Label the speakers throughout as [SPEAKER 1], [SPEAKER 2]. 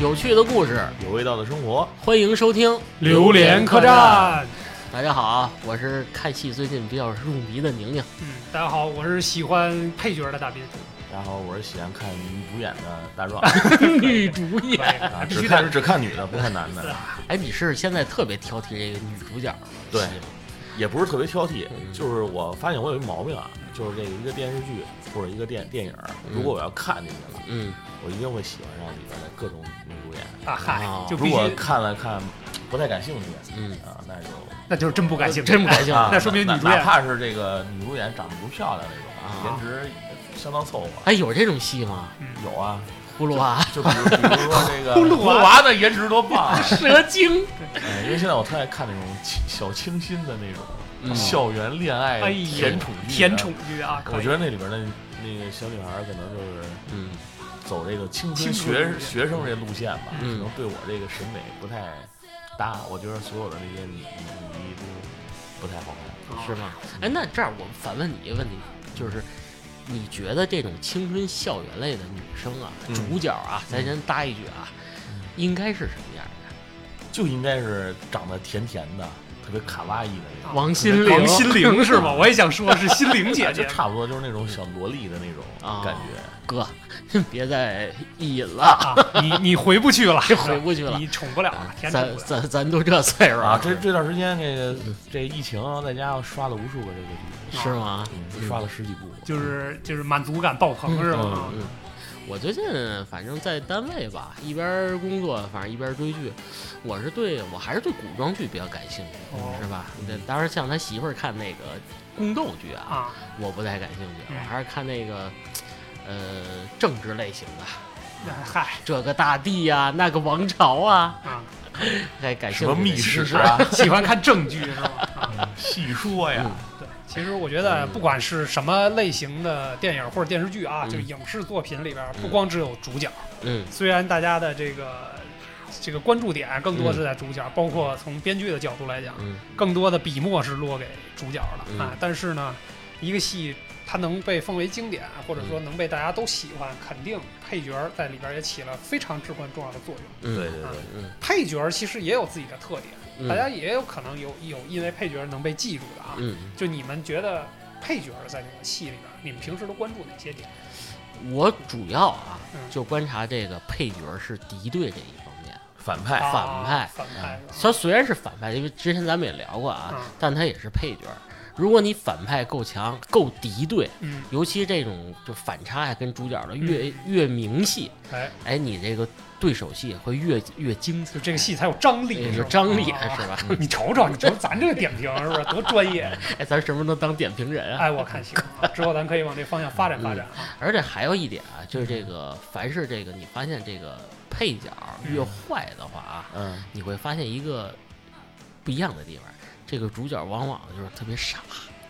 [SPEAKER 1] 有趣的故事，
[SPEAKER 2] 有味道的生活，
[SPEAKER 1] 欢迎收听《
[SPEAKER 3] 榴莲客栈。
[SPEAKER 1] 大家好啊，我是看戏最近比较入迷的宁宁。
[SPEAKER 3] 嗯，大家好，我是喜欢配角的大斌。
[SPEAKER 2] 大家好，我是喜欢看女主演的大 壮，
[SPEAKER 1] 女主演，
[SPEAKER 2] 啊
[SPEAKER 3] 必须
[SPEAKER 2] 只
[SPEAKER 3] 得
[SPEAKER 2] 看只看女的，不看男 的，
[SPEAKER 1] 哎，你是现在特别挑剔这个女主角吗？
[SPEAKER 2] 对
[SPEAKER 1] 是
[SPEAKER 2] 也不是特别挑剔
[SPEAKER 1] 嗯。
[SPEAKER 2] 就是我发现我有一毛病啊，就是这一个电视剧或者一个电电影，如果我要看进去了，
[SPEAKER 1] 嗯，
[SPEAKER 2] 我一定会喜欢上里边的各种女主演。
[SPEAKER 3] 啊嗨
[SPEAKER 1] 哦，
[SPEAKER 3] 就必
[SPEAKER 2] 如果
[SPEAKER 3] 须，
[SPEAKER 2] 看了看不太感兴趣，
[SPEAKER 1] 嗯
[SPEAKER 2] 啊，那就
[SPEAKER 3] 那就是真不感兴趣，
[SPEAKER 1] 真不感兴趣
[SPEAKER 2] 啊
[SPEAKER 3] 那说明
[SPEAKER 2] 哪
[SPEAKER 3] 女主
[SPEAKER 2] 哪哪
[SPEAKER 3] 演
[SPEAKER 2] 怕是这个女主演长得不漂亮那种
[SPEAKER 1] 啊
[SPEAKER 2] 啊，颜值相当凑合。
[SPEAKER 1] 哎，有这种戏吗？
[SPEAKER 2] 有啊，
[SPEAKER 1] 葫芦娃，
[SPEAKER 2] 就比如比如说这 个
[SPEAKER 3] 葫芦娃
[SPEAKER 2] 娃的颜值多棒啊！
[SPEAKER 1] 蛇精，
[SPEAKER 2] 哎，因为现在我特爱看那种清小清新的那种、
[SPEAKER 1] 嗯
[SPEAKER 2] 校园恋爱
[SPEAKER 3] 哎呀
[SPEAKER 2] 甜宠剧啊
[SPEAKER 3] 甜宠。剧啊，可
[SPEAKER 2] 我
[SPEAKER 3] 以
[SPEAKER 2] 觉得那里边的那个小女孩儿可能就是
[SPEAKER 1] 嗯
[SPEAKER 2] 走这个青
[SPEAKER 3] 青
[SPEAKER 2] 春
[SPEAKER 3] 春路
[SPEAKER 2] 学
[SPEAKER 3] 线
[SPEAKER 2] 学生这路线吧，可
[SPEAKER 1] 嗯
[SPEAKER 2] 能对我这个审美不太搭。我觉得所有的那些女女女一都不太好看。
[SPEAKER 1] 是
[SPEAKER 3] 啊
[SPEAKER 1] 吗？哎，那这样我反问你一个问题，就是你觉得这种青春校园类的女生啊，
[SPEAKER 2] 嗯
[SPEAKER 1] 主角啊，咱先搭一句啊，应该是什么样的？
[SPEAKER 2] 就应该是长得甜甜的，特别卡哇伊的那种，
[SPEAKER 3] 哦
[SPEAKER 1] 王心凌，
[SPEAKER 3] 王心凌是 吗？我也想说，是心凌姐
[SPEAKER 2] 就
[SPEAKER 3] 姐。
[SPEAKER 2] 差不多就是那种小萝莉的那种
[SPEAKER 1] 啊
[SPEAKER 2] 感觉。
[SPEAKER 1] 哥，别再意淫了，
[SPEAKER 3] 啊，你你回不去了，
[SPEAKER 1] 这回不去了啊
[SPEAKER 3] 你宠不了了，甜宠
[SPEAKER 1] 咱
[SPEAKER 3] 不了。
[SPEAKER 1] 咱咱都这岁数
[SPEAKER 2] 啊，这这段时间这个这疫情啊，在家刷了无数个这个剧，
[SPEAKER 1] 是吗？
[SPEAKER 2] 嗯，刷了十几部。
[SPEAKER 3] 就是就是满足感爆棚是吗？
[SPEAKER 1] 嗯，我最近反正在单位吧，一边工作，反正一边追剧。我是对我还是对古装剧比较感兴趣，
[SPEAKER 3] 哦
[SPEAKER 1] 是吧？对，当然像他媳妇儿看那个宫斗剧啊，
[SPEAKER 3] 啊，
[SPEAKER 1] 我不太感兴趣，
[SPEAKER 3] 嗯
[SPEAKER 1] 我还是看那个呃政治类型的，
[SPEAKER 3] 嗨
[SPEAKER 1] 这个大帝呀、那个王朝啊，
[SPEAKER 3] 啊，
[SPEAKER 1] 还感
[SPEAKER 2] 什
[SPEAKER 1] 兴趣
[SPEAKER 2] 么
[SPEAKER 1] 的
[SPEAKER 2] 密
[SPEAKER 1] 其
[SPEAKER 2] 室
[SPEAKER 1] 实
[SPEAKER 2] 啊，
[SPEAKER 3] 喜欢看正剧是吗？啊。
[SPEAKER 2] 细说呀，
[SPEAKER 3] 对，其实我觉得不管是什么类型的电影或者电视剧啊，
[SPEAKER 1] 嗯
[SPEAKER 3] 就影视作品里边，
[SPEAKER 1] 嗯
[SPEAKER 3] 不光只有主角，
[SPEAKER 1] 嗯
[SPEAKER 3] 虽然大家的这个这个关注点更多是在主角，包括从编剧的角度来讲，
[SPEAKER 1] 嗯
[SPEAKER 3] 更多的笔墨是落给主角的、
[SPEAKER 1] 嗯
[SPEAKER 3] 啊。但是呢，一个戏它能被奉为经典，或者
[SPEAKER 1] 嗯
[SPEAKER 3] 说能被大家都喜欢，肯定配角在里边也起了非常至关重要的作用。
[SPEAKER 1] 嗯，
[SPEAKER 2] 对对对，
[SPEAKER 1] 嗯，
[SPEAKER 3] 配角其实也有自己的特点，
[SPEAKER 1] 嗯
[SPEAKER 3] 大家也有可能有有因为配角能被记住的啊。
[SPEAKER 1] 嗯。
[SPEAKER 3] 就你们觉得配角在这个戏里边，你们平时都关注哪些点？
[SPEAKER 1] 嗯我主要啊，
[SPEAKER 3] 嗯
[SPEAKER 1] 就观察这个配角是敌对这一方面。
[SPEAKER 2] 反派
[SPEAKER 3] 啊
[SPEAKER 1] 哎反派嗯
[SPEAKER 3] 反派是吧
[SPEAKER 1] 他虽然是反派，因为之前咱们也聊过啊，
[SPEAKER 3] 嗯
[SPEAKER 1] 但他也是配角。如果你反派够强、够敌对，
[SPEAKER 3] 嗯，
[SPEAKER 1] 尤其这种就反差呀跟主角的越、越明细，
[SPEAKER 3] 哎，
[SPEAKER 1] 哎，你这个对手戏会越越精彩，
[SPEAKER 3] 就这个戏才有张力，
[SPEAKER 1] 哎
[SPEAKER 3] 是
[SPEAKER 1] 有
[SPEAKER 3] 吧
[SPEAKER 1] 张力、
[SPEAKER 3] 啊
[SPEAKER 1] 是吧？
[SPEAKER 3] 你瞅瞅，你瞅咱这个点评是不是多专业？
[SPEAKER 1] 哎，咱什么时候能当点评人啊？
[SPEAKER 3] 哎，我看行，啊之后咱可以往这方向发展发展啊。
[SPEAKER 1] 而且还有一点啊，就是这个
[SPEAKER 3] 嗯
[SPEAKER 1] 凡是这个你发现这个配角越坏的话啊，
[SPEAKER 2] 嗯，
[SPEAKER 1] 你会发现一个不一样的地方，这个主角往往就是特别傻，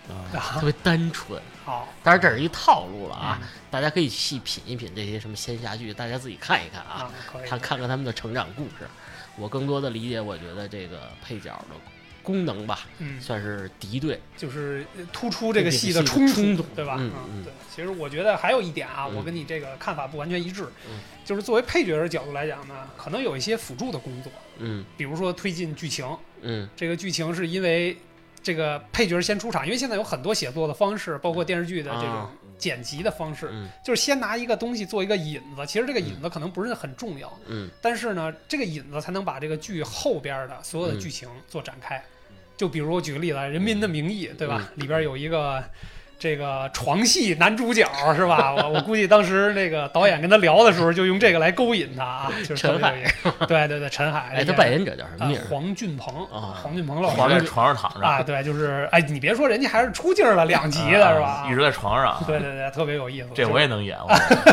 [SPEAKER 2] 啊
[SPEAKER 1] 特
[SPEAKER 3] 啊，嗯
[SPEAKER 1] 别单纯。
[SPEAKER 3] 好
[SPEAKER 1] 当然这是一套路了嗯啊，大家可以细品一品这些什么仙侠剧，大家自己看一看啊，
[SPEAKER 3] 啊，可以
[SPEAKER 1] 看看看他们的成长故事。我更多的理解，我觉得这个配角的功能吧，
[SPEAKER 3] 嗯，
[SPEAKER 1] 算是敌对。
[SPEAKER 3] 就是呃突出这个戏
[SPEAKER 1] 这
[SPEAKER 3] 的
[SPEAKER 1] 个
[SPEAKER 3] 冲
[SPEAKER 1] 戏的冲
[SPEAKER 3] 突
[SPEAKER 1] 突，
[SPEAKER 3] 对吧？啊
[SPEAKER 1] 嗯嗯
[SPEAKER 3] 对。其实我觉得还有一点啊，
[SPEAKER 1] 嗯
[SPEAKER 3] 我跟你这个看法不完全一致
[SPEAKER 1] 嗯，
[SPEAKER 3] 就是作为配角的角度来讲呢，可能有一些辅助的工作，
[SPEAKER 1] 嗯
[SPEAKER 3] 比如说推进剧情，
[SPEAKER 1] 嗯
[SPEAKER 3] 这个剧情是因为这个配角先出场，因为现在有很多写作的方式，包括电视剧的这种
[SPEAKER 1] 啊
[SPEAKER 3] 剪辑的方式，
[SPEAKER 1] 嗯
[SPEAKER 3] 就是先拿一个东西做一个引子。其实这个引子可能不是很重要，
[SPEAKER 1] 嗯
[SPEAKER 3] 但是呢，这个引子才能把这个剧后边的所有
[SPEAKER 1] 嗯
[SPEAKER 3] 的剧情做展开。就比如我举个例子，《人民的名义》对吧？
[SPEAKER 1] 嗯
[SPEAKER 3] 里边有一个。这个床戏男主角是吧？我我估计当时那个导演跟他聊的时候，就用这个来勾引他啊，就是特别有意思对对对，陈海，
[SPEAKER 1] 哎，他扮演者叫什么
[SPEAKER 3] 啊
[SPEAKER 1] 名儿？
[SPEAKER 3] 黄俊鹏
[SPEAKER 1] 啊
[SPEAKER 3] 黄俊鹏老师
[SPEAKER 2] 一直在床上躺着，
[SPEAKER 3] 啊，对，就是哎，你别说人家还是出劲儿了两集了是吧
[SPEAKER 2] 啊
[SPEAKER 3] 啊
[SPEAKER 2] 一？直在床上，啊
[SPEAKER 3] 对对对，特别有意思。
[SPEAKER 2] 这我也能演， 我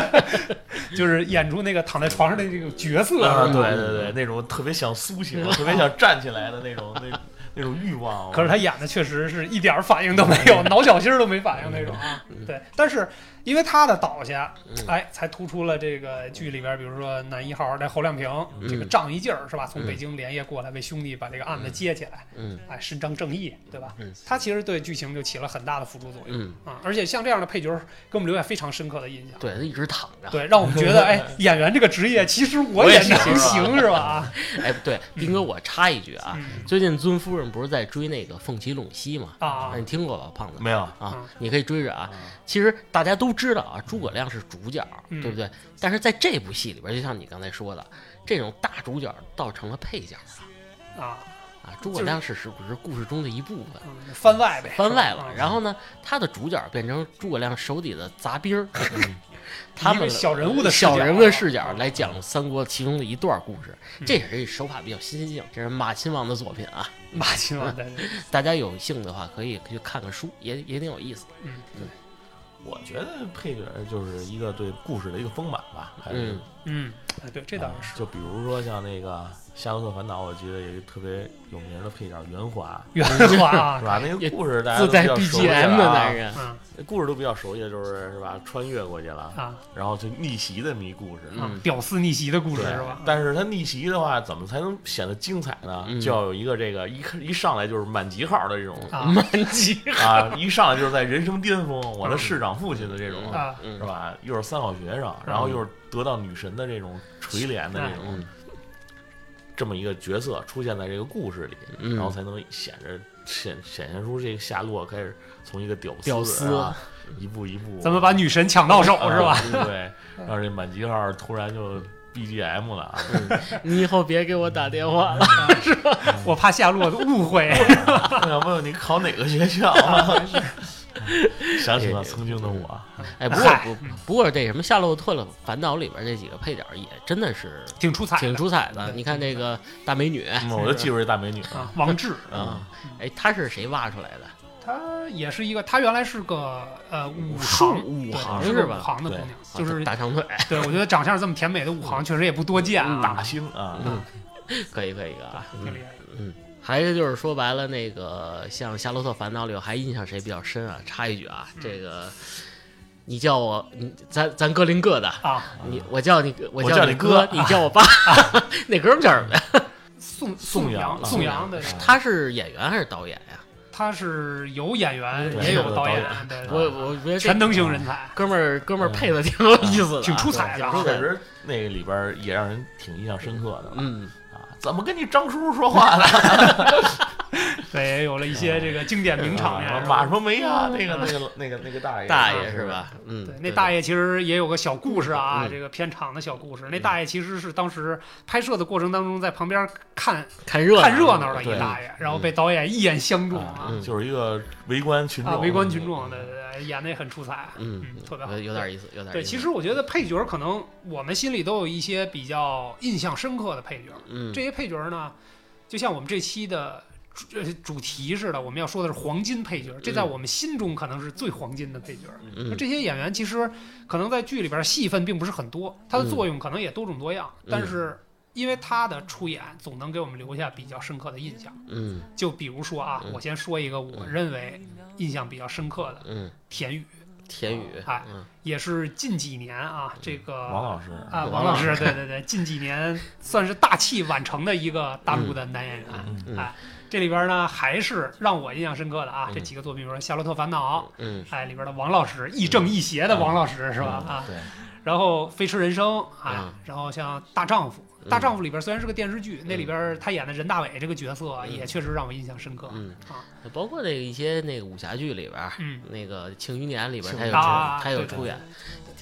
[SPEAKER 3] 就是就是演出那个躺在床上的这个角色
[SPEAKER 2] 啊
[SPEAKER 3] 是吧？
[SPEAKER 2] 对对对，那种特别想苏 醒，特别想站起来的那种那那种欲望。
[SPEAKER 3] 可是他演的确实是一点儿反应都没有，挠脚心儿都没反应那种啊。对，但是因为他的倒下，
[SPEAKER 1] 嗯
[SPEAKER 3] 哎，才突出了这个剧里边，比如说男一号这侯亮平、
[SPEAKER 1] 嗯
[SPEAKER 3] 这个仗义劲儿是吧？从
[SPEAKER 1] 嗯
[SPEAKER 3] 北京连夜过来为兄弟把这个案子接起来，
[SPEAKER 1] 嗯
[SPEAKER 3] 哎，伸张正义，对吧？
[SPEAKER 1] 嗯
[SPEAKER 3] 他其实对剧情就起了很大的辅助作用
[SPEAKER 1] 嗯，
[SPEAKER 3] 啊、而且像这样的配角儿给我们留下非常深刻的印象。
[SPEAKER 1] 对他一直躺着。
[SPEAKER 3] 对，让我们觉得， 哎，演员这个职业其实我
[SPEAKER 2] 我也
[SPEAKER 3] 也能
[SPEAKER 2] 行
[SPEAKER 3] 行，是吧？啊，
[SPEAKER 1] 哎，不对，斌哥，我插一句啊，
[SPEAKER 3] 嗯
[SPEAKER 1] 最近尊夫人不是在追那个《凤起陇西》吗？
[SPEAKER 3] 啊
[SPEAKER 1] 哎，你听过吧，胖子？
[SPEAKER 2] 没有，
[SPEAKER 1] 啊
[SPEAKER 3] 嗯，
[SPEAKER 1] 你可以追着啊。其实大家都知道啊，诸葛亮是主角，
[SPEAKER 3] 嗯
[SPEAKER 1] 对不对？但是在这部戏里边，就像你刚才说的，这种大主角倒成了配角了
[SPEAKER 3] 啊，
[SPEAKER 1] 啊。诸葛亮是是只是故事中的一部分，
[SPEAKER 3] 嗯番外呗，
[SPEAKER 1] 番外了
[SPEAKER 3] 是。吧啊
[SPEAKER 1] 然后呢，他的主角变成诸葛亮手底的杂兵 儿，他
[SPEAKER 3] 一
[SPEAKER 1] 们
[SPEAKER 3] 个小人物的视角啊
[SPEAKER 1] 小人物的视角来讲三国其中的一段故事，
[SPEAKER 3] 嗯
[SPEAKER 1] 这也是手法比较新颖。这是马亲王的作品啊，
[SPEAKER 3] 马亲王对对
[SPEAKER 1] 大家有兴的话可以去看看书，也也挺有意思。
[SPEAKER 3] 嗯，
[SPEAKER 2] 我觉得配角就是一个对故事的一个丰满吧，还是啊
[SPEAKER 1] 嗯
[SPEAKER 3] 嗯，哎对，这倒 是。
[SPEAKER 2] 就比如说像那个《夏洛特烦恼》，我记得有一个特别有名的配角袁华，
[SPEAKER 3] 圆滑 啊
[SPEAKER 2] 是，吧？那
[SPEAKER 1] 也
[SPEAKER 2] 个故事大家
[SPEAKER 1] 自
[SPEAKER 2] 都比
[SPEAKER 1] 带
[SPEAKER 2] 较熟悉
[SPEAKER 1] BGM 的男
[SPEAKER 2] 啊，
[SPEAKER 1] 人，
[SPEAKER 3] 嗯
[SPEAKER 2] 故事都比较熟悉，就是是吧？穿越过去了，
[SPEAKER 3] 啊
[SPEAKER 2] 然后就逆袭的迷故事。
[SPEAKER 1] 嗯
[SPEAKER 3] 啊，屌丝逆袭的故事
[SPEAKER 2] 对
[SPEAKER 3] 是吧？
[SPEAKER 2] 但是他逆袭的话，怎么才能显得精彩呢？
[SPEAKER 1] 嗯
[SPEAKER 2] 就要有一个这个一看一上来就是满级号的这种
[SPEAKER 3] 啊
[SPEAKER 1] 满级
[SPEAKER 2] 啊，一上来就是在人生巅峰，我的市长父亲的这种
[SPEAKER 3] 啊
[SPEAKER 1] 嗯
[SPEAKER 2] 是吧？又是三好学生，然后又是得到女神的这种垂怜的这种
[SPEAKER 1] 嗯
[SPEAKER 2] 这么一个角色出现在这个故事里，
[SPEAKER 1] 嗯
[SPEAKER 2] 然后才能显着显显现出这个夏洛开始从一个屌丝
[SPEAKER 1] 屌丝
[SPEAKER 2] 啊一步一步
[SPEAKER 3] 咱们把女神抢到手
[SPEAKER 2] 啊
[SPEAKER 3] 哦是吧？
[SPEAKER 2] 对，让这满级号突然就 BGM 了啊，
[SPEAKER 1] 你以后别给我打电话了。
[SPEAKER 3] 我怕夏洛 误会。
[SPEAKER 2] 我哎想问问你考哪个学校啊？想起了曾经的我，
[SPEAKER 1] 哎，不过不不过这什么《夏洛特的烦恼》里边这几个配角也真的是
[SPEAKER 3] 挺出彩的，
[SPEAKER 1] 挺出彩的。你看这个大美女
[SPEAKER 2] 嗯我就记住这大美女
[SPEAKER 3] 啊，王志，
[SPEAKER 2] 嗯
[SPEAKER 1] 啊，哎，她是谁挖出来的？啊
[SPEAKER 3] 她也是一个，她原来是个呃
[SPEAKER 2] 嗯
[SPEAKER 3] 武
[SPEAKER 1] 术
[SPEAKER 3] 行，
[SPEAKER 1] 武
[SPEAKER 3] 对
[SPEAKER 1] 行
[SPEAKER 3] 是
[SPEAKER 1] 是
[SPEAKER 3] 个
[SPEAKER 1] 吧啊
[SPEAKER 3] 武行的姑
[SPEAKER 2] 对
[SPEAKER 3] 娘，就是哎
[SPEAKER 1] 大长腿，
[SPEAKER 3] 对我觉得长相这么甜美的武行确实也不多见啊，
[SPEAKER 2] 大兴啊，
[SPEAKER 1] 可以可以啊。
[SPEAKER 3] 挺厉害的。
[SPEAKER 1] 还有就是说白了，那个像《夏洛特烦恼》里，我还印象谁比较深啊？插一句啊，这个你叫我，你咱咱各拎各的，
[SPEAKER 3] 啊，
[SPEAKER 1] 你我叫你，我
[SPEAKER 2] 嗯我叫
[SPEAKER 1] 你
[SPEAKER 2] 你哥
[SPEAKER 1] 你叫我爸，那哥们儿叫什么呀？
[SPEAKER 3] 宋
[SPEAKER 2] 宋
[SPEAKER 3] 阳，
[SPEAKER 2] 阳
[SPEAKER 3] 宋
[SPEAKER 2] 宋
[SPEAKER 3] 阳的，
[SPEAKER 1] 他是演员还是导演呀？
[SPEAKER 3] 他是有演员
[SPEAKER 2] 对
[SPEAKER 3] 也有
[SPEAKER 2] 是个
[SPEAKER 3] 导
[SPEAKER 2] 导
[SPEAKER 3] 演
[SPEAKER 2] 演，
[SPEAKER 3] 对，
[SPEAKER 1] 我我觉得这
[SPEAKER 3] 嗯全能型人才，
[SPEAKER 1] 哥们儿哥们儿配的挺有意思的啊，
[SPEAKER 3] 嗯挺出彩的啊
[SPEAKER 1] 挺出
[SPEAKER 2] 确
[SPEAKER 1] 彩的。
[SPEAKER 2] 实那个里边儿也让人挺印象深刻的。
[SPEAKER 1] 嗯，
[SPEAKER 2] 啊，怎么跟你张叔叔说话呢？
[SPEAKER 3] 对，也有了一些这个经典名场面。
[SPEAKER 2] 啊
[SPEAKER 3] 是吧
[SPEAKER 2] 马什么梅呀？那个那个那个那个大爷， 啊
[SPEAKER 1] 大爷是？吧？嗯，
[SPEAKER 3] 对，那大
[SPEAKER 1] 爷
[SPEAKER 3] 爷其实也有个小故事啊，
[SPEAKER 1] 嗯
[SPEAKER 3] 这个片场的小故事。那大爷其实是当时拍摄的过程当中，在旁边看
[SPEAKER 1] 看热
[SPEAKER 3] 看热闹的一
[SPEAKER 2] 对
[SPEAKER 3] 大爷，然后被导演一眼相中啊
[SPEAKER 2] 啊，就是一个围观群
[SPEAKER 3] 啊，
[SPEAKER 2] 众，
[SPEAKER 3] 围观群
[SPEAKER 2] 嗯
[SPEAKER 3] 众的哎演的也很出彩，
[SPEAKER 1] 嗯
[SPEAKER 3] 特别好，
[SPEAKER 1] 有有点意思，有点意思。
[SPEAKER 3] 对，其实我觉得配角可能我们心里都有一些比较印象深刻的配角，
[SPEAKER 1] 嗯，
[SPEAKER 3] 这些配角呢，就像我们这期的主呃主题似的，我们要说的是黄金配角，这在
[SPEAKER 1] 嗯
[SPEAKER 3] 我们心中可能是最黄金的配角。那
[SPEAKER 1] 嗯
[SPEAKER 3] 这些演员其实可能在剧里边戏份并不是很多，他的作用可能也多种多样，
[SPEAKER 1] 嗯
[SPEAKER 3] 但是因为他的出演总能给我们留下比较深刻的印象。
[SPEAKER 1] 嗯
[SPEAKER 3] 就比如说啊，
[SPEAKER 1] 嗯
[SPEAKER 3] 我先说一个我认为印象比较深刻的
[SPEAKER 1] 嗯，
[SPEAKER 3] 田宇，
[SPEAKER 1] 田宇，
[SPEAKER 3] 哎
[SPEAKER 1] 嗯
[SPEAKER 3] 也是近几年啊这个
[SPEAKER 2] 王老师
[SPEAKER 3] 啊，
[SPEAKER 1] 王
[SPEAKER 3] 王
[SPEAKER 1] 老
[SPEAKER 3] 老师，对对对，近几年算是大器晚成的一个大陆的男演员。
[SPEAKER 2] 嗯
[SPEAKER 1] 嗯
[SPEAKER 3] 哎，这里边呢还是让我印象深刻的啊，
[SPEAKER 1] 嗯
[SPEAKER 3] 这几个作品，比如说《夏洛特烦恼
[SPEAKER 1] 嗯》，
[SPEAKER 3] 哎，里边的王老师，亦正亦邪的王老师是吧？啊，
[SPEAKER 2] 对，
[SPEAKER 3] 然后《飞驰人生》啊
[SPEAKER 1] 嗯，
[SPEAKER 3] 然后像《大丈
[SPEAKER 1] 嗯
[SPEAKER 3] 夫》。《大丈夫》里边虽然是个电视剧，那里边他演的任大伟这个角色啊
[SPEAKER 1] 嗯
[SPEAKER 3] 也确实让我印象深刻
[SPEAKER 1] 嗯
[SPEAKER 3] 啊。
[SPEAKER 1] 包括那个一些那个武侠剧里边儿，
[SPEAKER 3] 嗯
[SPEAKER 1] 那个《庆余年》里边儿他有
[SPEAKER 2] 庆
[SPEAKER 3] 余啊
[SPEAKER 1] 出他有
[SPEAKER 3] 对对
[SPEAKER 1] 出演，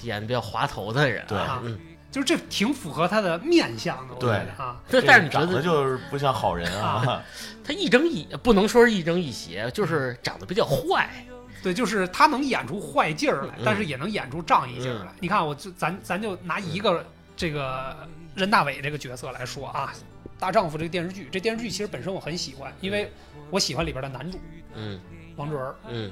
[SPEAKER 1] 演比较滑头的人
[SPEAKER 2] 对
[SPEAKER 1] 啊，
[SPEAKER 3] 啊
[SPEAKER 1] 嗯，
[SPEAKER 3] 就是这挺符合他的面相的，我觉得啊，
[SPEAKER 1] 但但是你觉
[SPEAKER 2] 长得
[SPEAKER 1] 得
[SPEAKER 2] 就是不像好人啊，
[SPEAKER 1] 他亦正亦不能说是亦正亦邪，就是长得比较坏，
[SPEAKER 3] 对，就是他能演出坏劲儿来，
[SPEAKER 1] 嗯
[SPEAKER 3] 但是也能演出仗义劲儿来。你看，我就咱咱就拿一个这个任大伟这个角色来说啊，《大丈夫》这个电视剧，这电视剧其实本身我很喜欢，因为我喜欢里边的男主
[SPEAKER 1] 嗯
[SPEAKER 3] 王哲儿，
[SPEAKER 1] 嗯，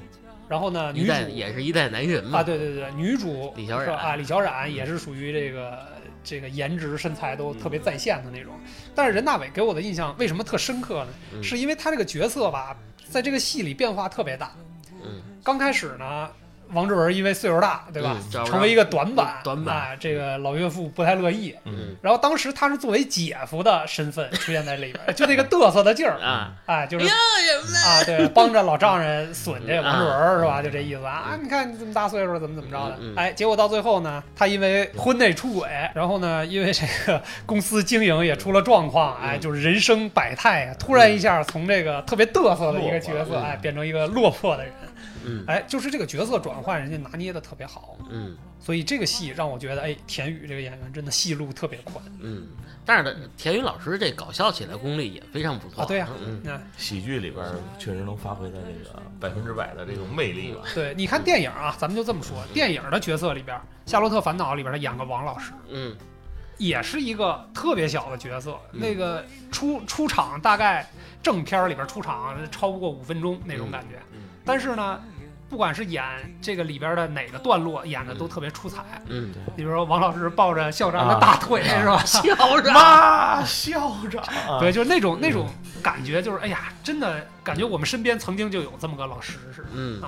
[SPEAKER 3] 然后呢，
[SPEAKER 1] 一
[SPEAKER 3] 女主
[SPEAKER 1] 代也是一代男神嘛，
[SPEAKER 3] 啊，对对对，女主
[SPEAKER 1] 李小冉嗯
[SPEAKER 3] 是吧啊，李小冉也是属于这个这个颜值身材都特别在线的那种。但是任大伟给我的印象为什么特深刻呢？
[SPEAKER 1] 嗯
[SPEAKER 3] 是因为他这个角色吧，在这个戏里变化特别大。
[SPEAKER 1] 嗯，
[SPEAKER 3] 刚开始呢，王志文因为岁数大，对吧
[SPEAKER 1] 嗯，找不着
[SPEAKER 3] 成为一个短板，
[SPEAKER 1] 短板
[SPEAKER 3] 啊，这个老岳父不太乐意。
[SPEAKER 1] 嗯
[SPEAKER 3] 然后当时他是作为姐夫的身份出现在里 边，就那个嘚瑟的劲儿，
[SPEAKER 1] 啊，
[SPEAKER 3] 哎，就是
[SPEAKER 1] 什么
[SPEAKER 3] 啊，对，帮着老丈人损
[SPEAKER 1] 嗯
[SPEAKER 3] 这王志文儿是吧？就这意思啊！你看你这么大岁数了，怎么怎么着的
[SPEAKER 1] 嗯嗯？
[SPEAKER 3] 哎，结果到最后呢，他因为婚内出轨，然后呢，因为这个公司经营也出了状况，哎，
[SPEAKER 1] 嗯
[SPEAKER 3] 就是人生百态啊，突然一下从这个特别嘚瑟的一个角色，
[SPEAKER 1] 嗯
[SPEAKER 3] 哎，变成一个落魄的人，
[SPEAKER 1] 嗯
[SPEAKER 3] 哎，就是这个角色转换，人家拿捏的特别好，
[SPEAKER 1] 嗯
[SPEAKER 3] 所以这个戏让我觉得，哎，田雨这个演员真的戏路特别宽
[SPEAKER 1] 嗯，但是呢田雨老师这搞笑起来功力也非常不错
[SPEAKER 3] 啊，对呀
[SPEAKER 1] 嗯
[SPEAKER 3] 那
[SPEAKER 2] 喜剧里边儿确实能发挥他这个百分之百的这种魅力吧。
[SPEAKER 3] 对，你看电影啊，咱们就这么说，电影的角色里边，《夏洛特烦恼》里边他演个王老师。
[SPEAKER 1] 嗯
[SPEAKER 3] 也是一个特别小的角色，
[SPEAKER 1] 嗯
[SPEAKER 3] 那个出出场大概正片儿里边出场超不过五分钟那种感觉。
[SPEAKER 1] 嗯
[SPEAKER 3] 但是呢，不管是演这个里边的哪个段落，演的都特别出彩。
[SPEAKER 1] 嗯，
[SPEAKER 3] 比如说王老师抱着校
[SPEAKER 1] 啊
[SPEAKER 3] 长的大腿、是吧？
[SPEAKER 1] 笑啥？
[SPEAKER 2] 妈，啊校长，
[SPEAKER 3] 啊对，就是那种那种
[SPEAKER 2] 嗯
[SPEAKER 3] 感觉，就是哎呀，真的感觉我们身边曾经就有这么个老师似的。
[SPEAKER 1] 嗯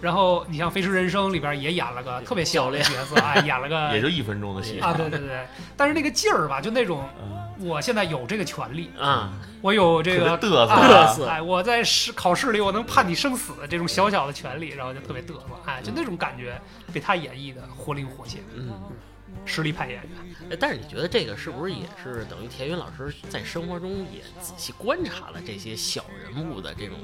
[SPEAKER 3] 然后你像《飞驰人生》里边也演了个特别小的角色啊，演了 个
[SPEAKER 2] 也就一分钟的戏
[SPEAKER 3] 啊，对对对，但是那个劲儿吧，就那种
[SPEAKER 2] 嗯
[SPEAKER 3] 我现在有这个权利，
[SPEAKER 1] 啊，
[SPEAKER 3] 我有这个
[SPEAKER 2] 特别嘚瑟
[SPEAKER 3] 啊
[SPEAKER 1] 嘚瑟
[SPEAKER 3] 哎，我在试考试里我能判你生死这种小小的权利，然后就特别嘚瑟，哎，就那种感觉被他演绎的活灵活现，
[SPEAKER 1] 嗯，
[SPEAKER 3] 实力派演员。
[SPEAKER 1] 哎但是你觉得这个是不是也是等于田雨老师在生活中也仔细观察了这些小人物的这种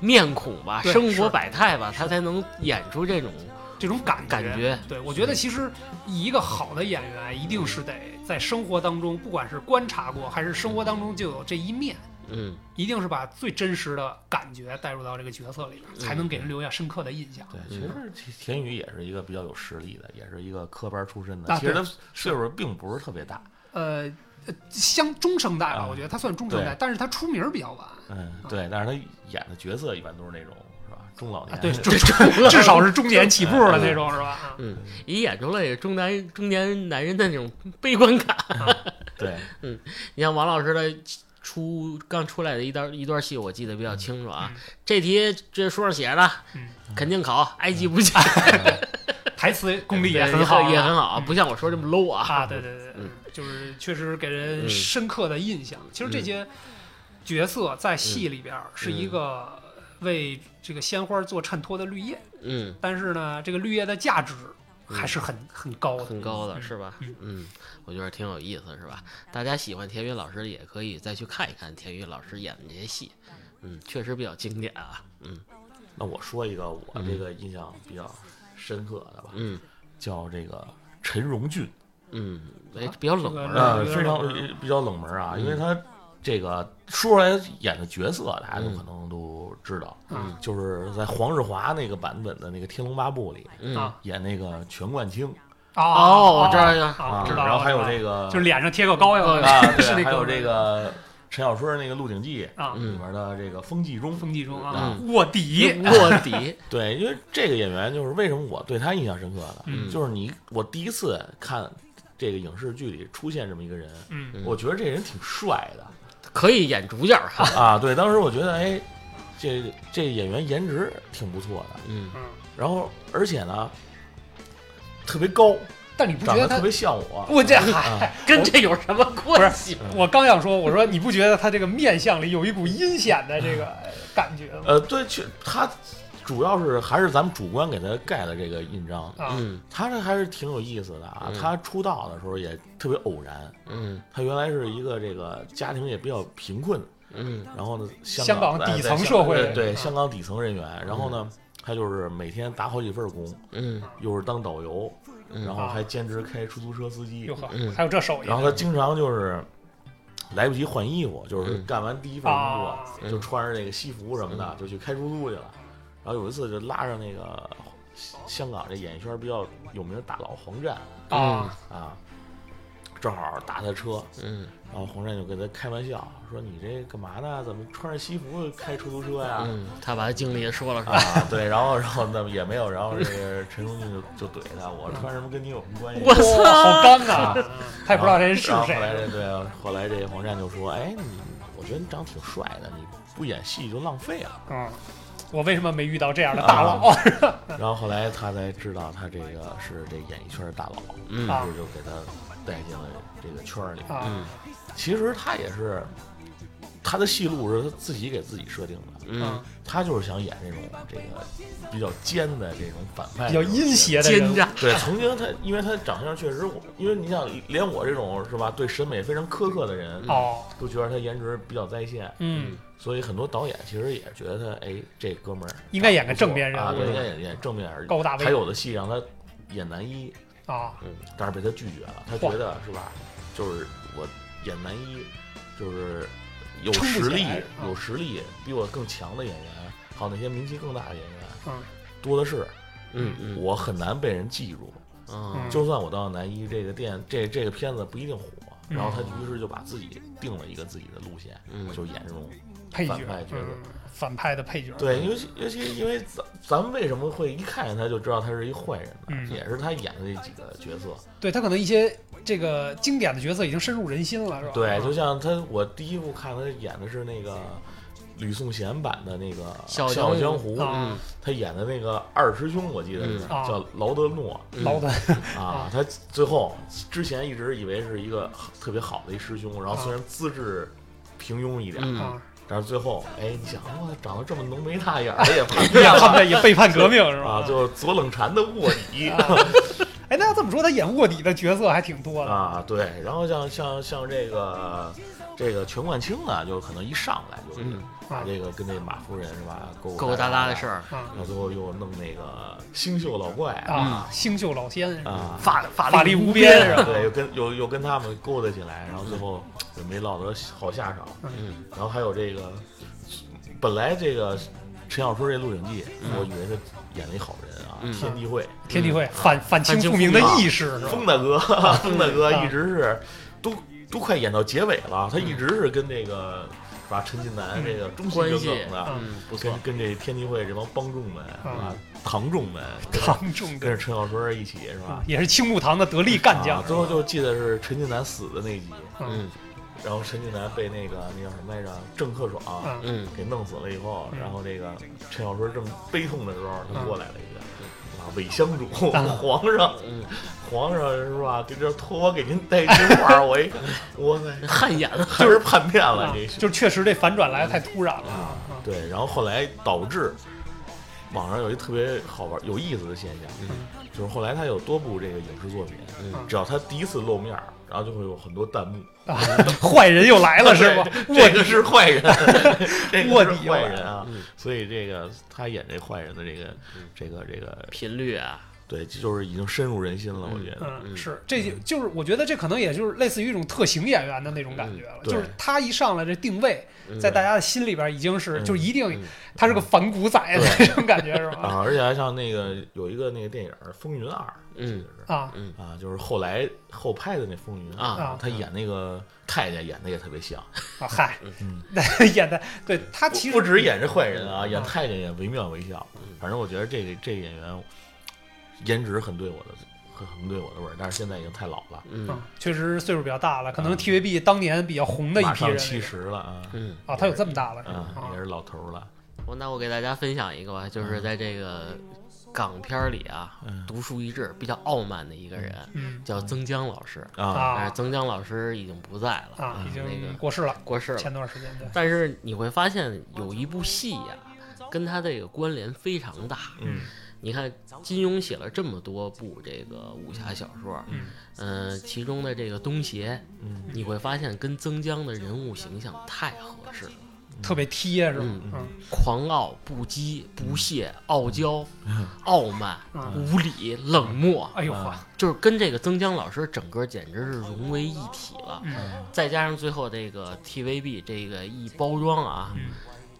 [SPEAKER 1] 面孔吧、
[SPEAKER 3] 对
[SPEAKER 1] 生活
[SPEAKER 3] 是
[SPEAKER 1] 百态吧，他才能演出这种
[SPEAKER 3] 这种感
[SPEAKER 1] 感觉
[SPEAKER 3] 对我觉得其实一个好的演员一定是得在生活当中，不管是观察过还是生活当中就有这一面，
[SPEAKER 1] 嗯
[SPEAKER 3] 一定是把最真实的感觉带入到这个角色里边，
[SPEAKER 1] 嗯
[SPEAKER 3] 才能给人留下深刻的印象。
[SPEAKER 2] 对，其实田宇也是一个比较有实力的，也是一个科班出身的。
[SPEAKER 3] 啊
[SPEAKER 2] 其实他岁数并不是特别大，
[SPEAKER 3] 呃，呃相中生代吧，
[SPEAKER 2] 啊
[SPEAKER 3] 我觉得他算中生代
[SPEAKER 2] 对，
[SPEAKER 3] 但是他出名儿比较晚。
[SPEAKER 2] 嗯，对，但是他演的角色一般都是那种是吧，中老
[SPEAKER 1] 哎
[SPEAKER 3] 啊，
[SPEAKER 2] 年
[SPEAKER 3] 对，
[SPEAKER 2] 的
[SPEAKER 3] 至至至少是中年起步的那种，是吧？啊
[SPEAKER 1] 嗯，也演出了也中男中年男人的那种悲观感。
[SPEAKER 2] 对，
[SPEAKER 1] 你像王老师的出刚出来的一段一段戏，我记得比较清楚啊。这题这书上写的，
[SPEAKER 3] 嗯
[SPEAKER 1] 肯定考，埃及不下，
[SPEAKER 3] 台词功力
[SPEAKER 1] 也
[SPEAKER 3] 也很好啊，
[SPEAKER 1] 也很好啊，不像我说这么 low 啊。
[SPEAKER 3] 啊！对对对，
[SPEAKER 1] 嗯
[SPEAKER 3] 对就是确实给人
[SPEAKER 1] 嗯
[SPEAKER 3] 深刻的印象。其实这些角色在
[SPEAKER 1] 嗯
[SPEAKER 3] 戏里边儿是一个为这个鲜花做衬托的绿叶，
[SPEAKER 1] 嗯，
[SPEAKER 3] 但是呢，这个绿叶的价值还是很很高的，啊
[SPEAKER 1] 很高的是吧？嗯，我觉得挺有意思是吧？大家喜欢田雨老师也可以再去看一看田雨老师演的这些戏，嗯，确实比较经典啊。嗯
[SPEAKER 2] 那我说一个我这
[SPEAKER 3] 嗯
[SPEAKER 2] 个印象比较深刻的吧，
[SPEAKER 1] 嗯
[SPEAKER 2] 叫这个陈荣俊，
[SPEAKER 1] 嗯，哎，比较冷门啊。
[SPEAKER 2] 呃，非常比较冷门啊，因
[SPEAKER 3] 嗯
[SPEAKER 2] 为他这个说出来演的角色，大家都可能都知道，
[SPEAKER 3] 嗯
[SPEAKER 2] 就是在黄日华那个版本的那个《天龙八部》里
[SPEAKER 1] 嗯
[SPEAKER 3] 啊
[SPEAKER 2] 演那个全冠清
[SPEAKER 3] 啊！
[SPEAKER 1] 哦，我知道了。
[SPEAKER 3] 啊，知道了。
[SPEAKER 2] 然后还有
[SPEAKER 3] 知道
[SPEAKER 2] 这
[SPEAKER 3] 了
[SPEAKER 2] 个
[SPEAKER 3] 就是脸上贴个膏药
[SPEAKER 2] 啊，
[SPEAKER 3] 是
[SPEAKER 2] 对，
[SPEAKER 3] 那个
[SPEAKER 2] 还有这个陈小春那个《鹿鼎记》
[SPEAKER 3] 啊，
[SPEAKER 1] 嗯
[SPEAKER 2] 里面的这个风纪中，
[SPEAKER 3] 风纪中啊，
[SPEAKER 1] 嗯
[SPEAKER 3] 卧底
[SPEAKER 1] 卧底，
[SPEAKER 2] 对，因为这个演员就是为什么我对他印象深刻呢？
[SPEAKER 3] 嗯
[SPEAKER 2] 就是你我第一次看这个影视剧里出现这么一个人，
[SPEAKER 3] 嗯
[SPEAKER 2] 我觉得这人挺帅的。
[SPEAKER 1] 可以演主角哈。
[SPEAKER 2] 啊，对，当时我觉得，哎，这这演员颜值挺不错的，
[SPEAKER 1] 嗯
[SPEAKER 3] 嗯，
[SPEAKER 2] 然后而且呢，特别高，
[SPEAKER 3] 但你不觉
[SPEAKER 2] 长得
[SPEAKER 3] 得他
[SPEAKER 2] 特别像我。
[SPEAKER 3] 我这
[SPEAKER 2] 啊
[SPEAKER 3] 嗨，
[SPEAKER 1] 跟这有什么关系？
[SPEAKER 3] 我刚想说，我说你不觉得他这个面相里有一股阴险的这个感觉吗？
[SPEAKER 2] 呃，对，确他主要是还是咱们主观给他盖的这个印章，
[SPEAKER 3] 啊，
[SPEAKER 1] 嗯
[SPEAKER 2] 他这还是挺有意思的啊。
[SPEAKER 1] 嗯
[SPEAKER 2] 他出道的时候也特别偶然，
[SPEAKER 1] 嗯
[SPEAKER 2] 他原来是一个这个家庭也比较贫困，
[SPEAKER 1] 嗯
[SPEAKER 2] 然后呢，
[SPEAKER 3] 香
[SPEAKER 2] 香
[SPEAKER 3] 港
[SPEAKER 2] 哎
[SPEAKER 3] 底
[SPEAKER 2] 在
[SPEAKER 3] 层
[SPEAKER 2] 香
[SPEAKER 3] 社会
[SPEAKER 2] 对
[SPEAKER 3] 人
[SPEAKER 2] 对
[SPEAKER 3] 啊
[SPEAKER 2] 香港底层人员，然后呢，他就是每天打好几份工，
[SPEAKER 1] 嗯
[SPEAKER 2] 又是当导游，
[SPEAKER 1] 嗯
[SPEAKER 2] 然后还兼职开出租车司机
[SPEAKER 3] 哟，呵
[SPEAKER 1] 嗯，
[SPEAKER 3] 还有这手艺
[SPEAKER 2] 然后他经常就是来不及换衣服，就是
[SPEAKER 1] 嗯
[SPEAKER 2] 干完第一份工
[SPEAKER 3] 啊
[SPEAKER 2] 作，
[SPEAKER 1] 嗯
[SPEAKER 2] 就穿着那个西服什么的，就去开出租去了。然后有一次就拉着那个香港这演艺圈比较有名的大佬黄湛
[SPEAKER 3] 啊
[SPEAKER 2] 啊，正好搭他车，
[SPEAKER 1] 嗯
[SPEAKER 2] 然后黄湛就跟他开玩笑说：“你这干嘛呢？怎么穿着西服开出租车
[SPEAKER 3] 啊
[SPEAKER 2] 呀？”
[SPEAKER 1] 嗯，他把他经历说了说，
[SPEAKER 2] 啊，对，然后然后那么也没有，然后这个陈荣俊就就怼他，我穿什么跟你有什么关系？
[SPEAKER 1] 我操
[SPEAKER 3] 哇好尴 尬，他也不知道这人是
[SPEAKER 2] 嗯然后后来
[SPEAKER 3] 谁。
[SPEAKER 2] 这对啊，后来这黄湛就说：“哎，你我觉得你长得挺帅的，你不演戏就浪费了。
[SPEAKER 3] 嗯，”我为什么没遇到这样的
[SPEAKER 2] 啊
[SPEAKER 3] 大佬？
[SPEAKER 2] 然后后来他才知道他这个是这演艺圈的大佬，
[SPEAKER 1] 嗯
[SPEAKER 3] 啊
[SPEAKER 2] 于是就给他带进了这个圈儿里。
[SPEAKER 3] 啊，
[SPEAKER 1] 嗯
[SPEAKER 2] 其实他也是，他的戏路是他自己给自己设定的，
[SPEAKER 1] 嗯，
[SPEAKER 2] 他就是想演这种这个比较尖的这种反派，
[SPEAKER 3] 比较阴。邪的人
[SPEAKER 1] 奸
[SPEAKER 3] 物，
[SPEAKER 1] 诈，
[SPEAKER 2] 对，曾经他因为他长相确实我，因为你想，连我这种是吧，对审美非常苛刻的人，
[SPEAKER 3] 哦，
[SPEAKER 2] 都觉得他颜值比较在线，
[SPEAKER 3] 嗯，
[SPEAKER 2] 所以很多导演其实也觉得他，哎，这哥们儿
[SPEAKER 3] 应该演个哎正面人
[SPEAKER 2] 啊，
[SPEAKER 3] 物
[SPEAKER 2] 对，应该演演正面而已。
[SPEAKER 3] 高大威
[SPEAKER 2] 还有的戏让他演男一，
[SPEAKER 3] 啊，
[SPEAKER 2] 但是被他拒绝了。他觉得是吧？就是我演男一，就是有
[SPEAKER 3] 撑不
[SPEAKER 2] 实
[SPEAKER 3] 起
[SPEAKER 2] 力
[SPEAKER 3] 来、啊
[SPEAKER 2] 有实力比我更强的演员，还有那些名气更大的演员
[SPEAKER 3] 嗯
[SPEAKER 2] 多的是，
[SPEAKER 1] 嗯嗯
[SPEAKER 2] 我很难被人记住。
[SPEAKER 1] 嗯
[SPEAKER 2] 就算我当了男一，这个电这这个片子不一定火。
[SPEAKER 3] 嗯
[SPEAKER 2] 然后他于是就把自己定了一个自己的路线，
[SPEAKER 1] 嗯
[SPEAKER 2] 就演这种
[SPEAKER 3] 配角
[SPEAKER 2] 反派，角色
[SPEAKER 3] 嗯，反派的配角，
[SPEAKER 2] 对，尤其尤其因为咱咱们为什么会一看见他就知道他是一坏人呢？
[SPEAKER 3] 嗯
[SPEAKER 2] 也是他演的这几个角色。
[SPEAKER 1] 嗯
[SPEAKER 3] 对他可能一些这个经典的角色已经深入人心了，是吧？
[SPEAKER 2] 对，就像他，我第一部看他演的是那个吕颂贤版的那个《
[SPEAKER 1] 笑
[SPEAKER 2] 笑
[SPEAKER 1] 江
[SPEAKER 2] 傲
[SPEAKER 1] 湖
[SPEAKER 2] 江湖》
[SPEAKER 3] 啊
[SPEAKER 1] 嗯
[SPEAKER 2] 他演的那个二师兄，我记得是、
[SPEAKER 1] 嗯
[SPEAKER 3] 啊
[SPEAKER 2] 叫劳德 诺
[SPEAKER 3] 嗯老的
[SPEAKER 2] 啊。他最后之前一直以为是一个特别好的一师兄，然后虽然资质平庸一点，
[SPEAKER 1] 嗯
[SPEAKER 3] 啊，
[SPEAKER 2] 但是最后，哎，你想，哇，长得这么浓眉大眼儿也叛
[SPEAKER 3] 这
[SPEAKER 2] 变
[SPEAKER 3] 样他
[SPEAKER 2] 了。
[SPEAKER 3] 们也背叛革命是吧？
[SPEAKER 2] 啊，就是左冷禅的卧 底，
[SPEAKER 3] 哎，那要这么说，他演卧底的角色还挺多的。
[SPEAKER 2] 啊，对，然后像像像这个这个全冠清呢，就可能一上来就是
[SPEAKER 1] 嗯
[SPEAKER 2] 把这个跟这马夫人是吧勾
[SPEAKER 1] 勾勾搭搭的事，儿，
[SPEAKER 3] 啊
[SPEAKER 2] 然后最后又弄那个星宿老怪
[SPEAKER 3] 啊，星宿老仙是吧
[SPEAKER 2] 啊，
[SPEAKER 1] 法法
[SPEAKER 3] 法力无边是吧？
[SPEAKER 2] 对，又跟又又跟他们勾搭起来，然后最后也没落得好下场。
[SPEAKER 1] 嗯，
[SPEAKER 2] 然后还有这个，本来这个陈小春这《鹿鼎记》，我以为他演了一好人啊，
[SPEAKER 1] 嗯
[SPEAKER 2] 天地会，
[SPEAKER 3] 天地会反反清复明的意识是吧？
[SPEAKER 2] 风大 哥，风大哥
[SPEAKER 3] 啊
[SPEAKER 2] 一直是都都快演到结尾了，他一直是跟这个是吧陈近南这个忠心
[SPEAKER 1] 嗯关
[SPEAKER 2] 耿
[SPEAKER 1] 系
[SPEAKER 2] 耿的，
[SPEAKER 1] 嗯不错嗯
[SPEAKER 2] 跟，跟这天地会这帮帮众们是吧堂众 们，跟着
[SPEAKER 3] 唐仲
[SPEAKER 2] 跟
[SPEAKER 3] 根
[SPEAKER 2] 着陈小春一起是吧
[SPEAKER 1] 嗯
[SPEAKER 3] 啊，，也是青木堂的得力干将
[SPEAKER 2] 啊。最后就记得是陈近南死的那一集，
[SPEAKER 1] 嗯
[SPEAKER 2] 然后陈近南被那个那叫什么来着郑克爽
[SPEAKER 3] 啊
[SPEAKER 1] 嗯
[SPEAKER 2] 给弄死了以后，
[SPEAKER 3] 嗯
[SPEAKER 2] 然后这个陈小春正悲痛的时候，他
[SPEAKER 3] 嗯
[SPEAKER 2] 过来了一个。啊，韦香主，
[SPEAKER 3] 啊
[SPEAKER 2] 皇上，
[SPEAKER 1] 嗯，
[SPEAKER 2] 皇上是吧？这这托我给您带句话，我 一看，我塞，
[SPEAKER 1] 汗颜了，
[SPEAKER 2] 还是叛变了
[SPEAKER 3] 啊
[SPEAKER 2] 这
[SPEAKER 3] 就是确实这反转来得太突然了
[SPEAKER 2] 啊
[SPEAKER 3] 啊！
[SPEAKER 2] 对，然后后来导致网上有一特别好玩、有意思的现象，
[SPEAKER 3] 嗯
[SPEAKER 2] 就是后来他有多部这个影视作品，
[SPEAKER 1] 嗯
[SPEAKER 2] 只要他第一次露面儿，然后就会有很多弹幕，
[SPEAKER 3] 啊，坏人又 来了是吧？
[SPEAKER 2] 对
[SPEAKER 3] 卧
[SPEAKER 2] 这个
[SPEAKER 3] 底
[SPEAKER 2] 是坏人， 这
[SPEAKER 3] 卧
[SPEAKER 2] 个
[SPEAKER 3] 底
[SPEAKER 2] 是
[SPEAKER 3] 又
[SPEAKER 2] 坏
[SPEAKER 3] 来
[SPEAKER 2] 人啊
[SPEAKER 1] 嗯！
[SPEAKER 2] 所以这个他演这坏人的这个
[SPEAKER 3] 嗯
[SPEAKER 2] 这个这个，
[SPEAKER 1] 频率啊，
[SPEAKER 2] 对，就是已经深入人心了，我觉得。
[SPEAKER 3] 嗯，是，这就就是我觉得这可能也就是类似于一种特型演员的那种感觉了，
[SPEAKER 2] 嗯对
[SPEAKER 3] 就是他一上来这定位，嗯在大家的心里边已经是
[SPEAKER 2] 嗯
[SPEAKER 3] 就是一定
[SPEAKER 1] 嗯
[SPEAKER 3] 他是个反骨仔的那种感觉是吧？
[SPEAKER 2] 啊，而且还像那个有一个那个电影儿《风云二》，
[SPEAKER 1] 嗯
[SPEAKER 2] 记得是
[SPEAKER 3] 啊
[SPEAKER 2] 啊，就是后来后拍的那《风云》
[SPEAKER 1] 啊
[SPEAKER 2] 他演那个太监演的也特别像，
[SPEAKER 3] 啊嗨
[SPEAKER 2] 嗯，
[SPEAKER 3] 那 演的对他其实嗯
[SPEAKER 2] 不止演这坏人啊，演
[SPEAKER 3] 啊
[SPEAKER 2] 太监也惟妙惟肖。反正我觉得这个这个演员颜值很对我的，很很对我的味儿，但是现在已经太老了，
[SPEAKER 1] 嗯
[SPEAKER 3] 啊，确实岁数比较大了，可能
[SPEAKER 2] 嗯
[SPEAKER 3] TVB 当年比较红的一
[SPEAKER 2] 马
[SPEAKER 3] 批
[SPEAKER 2] 上
[SPEAKER 3] 人
[SPEAKER 2] 七十了啊，
[SPEAKER 1] 嗯。
[SPEAKER 3] 啊，他有这么大了是吧？
[SPEAKER 2] 啊，也是老头儿了。
[SPEAKER 1] 我那我给大家分享一个吧，
[SPEAKER 3] 嗯
[SPEAKER 1] 就是在这个港片儿里啊，
[SPEAKER 2] 嗯
[SPEAKER 1] 独树一帜、比较傲慢的一个人，
[SPEAKER 3] 嗯
[SPEAKER 1] 叫曾江老师。
[SPEAKER 2] 啊，
[SPEAKER 1] 但是
[SPEAKER 3] 啊
[SPEAKER 1] 曾江老师已经不在了
[SPEAKER 3] 啊，已
[SPEAKER 1] 那
[SPEAKER 3] 经
[SPEAKER 1] 个嗯
[SPEAKER 3] 过世了，
[SPEAKER 1] 过世了。
[SPEAKER 3] 前段时间对
[SPEAKER 1] 但是你会发现有一部戏呀、跟他这个关联非常大。
[SPEAKER 2] 嗯
[SPEAKER 1] 你看，金庸写了这么多部这个武侠小说，
[SPEAKER 2] 嗯
[SPEAKER 1] 嗯、其中的这个《东邪》，
[SPEAKER 2] 嗯
[SPEAKER 1] 你会发现跟曾江的人物形象太合适了。
[SPEAKER 3] 特别贴是吧？
[SPEAKER 1] 嗯
[SPEAKER 3] 嗯
[SPEAKER 1] 狂傲、不羁、不屑、傲娇、傲慢、
[SPEAKER 3] 嗯
[SPEAKER 1] 无理、冷漠，
[SPEAKER 3] 哎呦
[SPEAKER 2] 啊
[SPEAKER 3] 呵，
[SPEAKER 1] 就是跟这个曾江老师整个简直是融为一体了。
[SPEAKER 3] 嗯
[SPEAKER 1] 再加上最后这个 TVB 这个一包装啊，
[SPEAKER 3] 嗯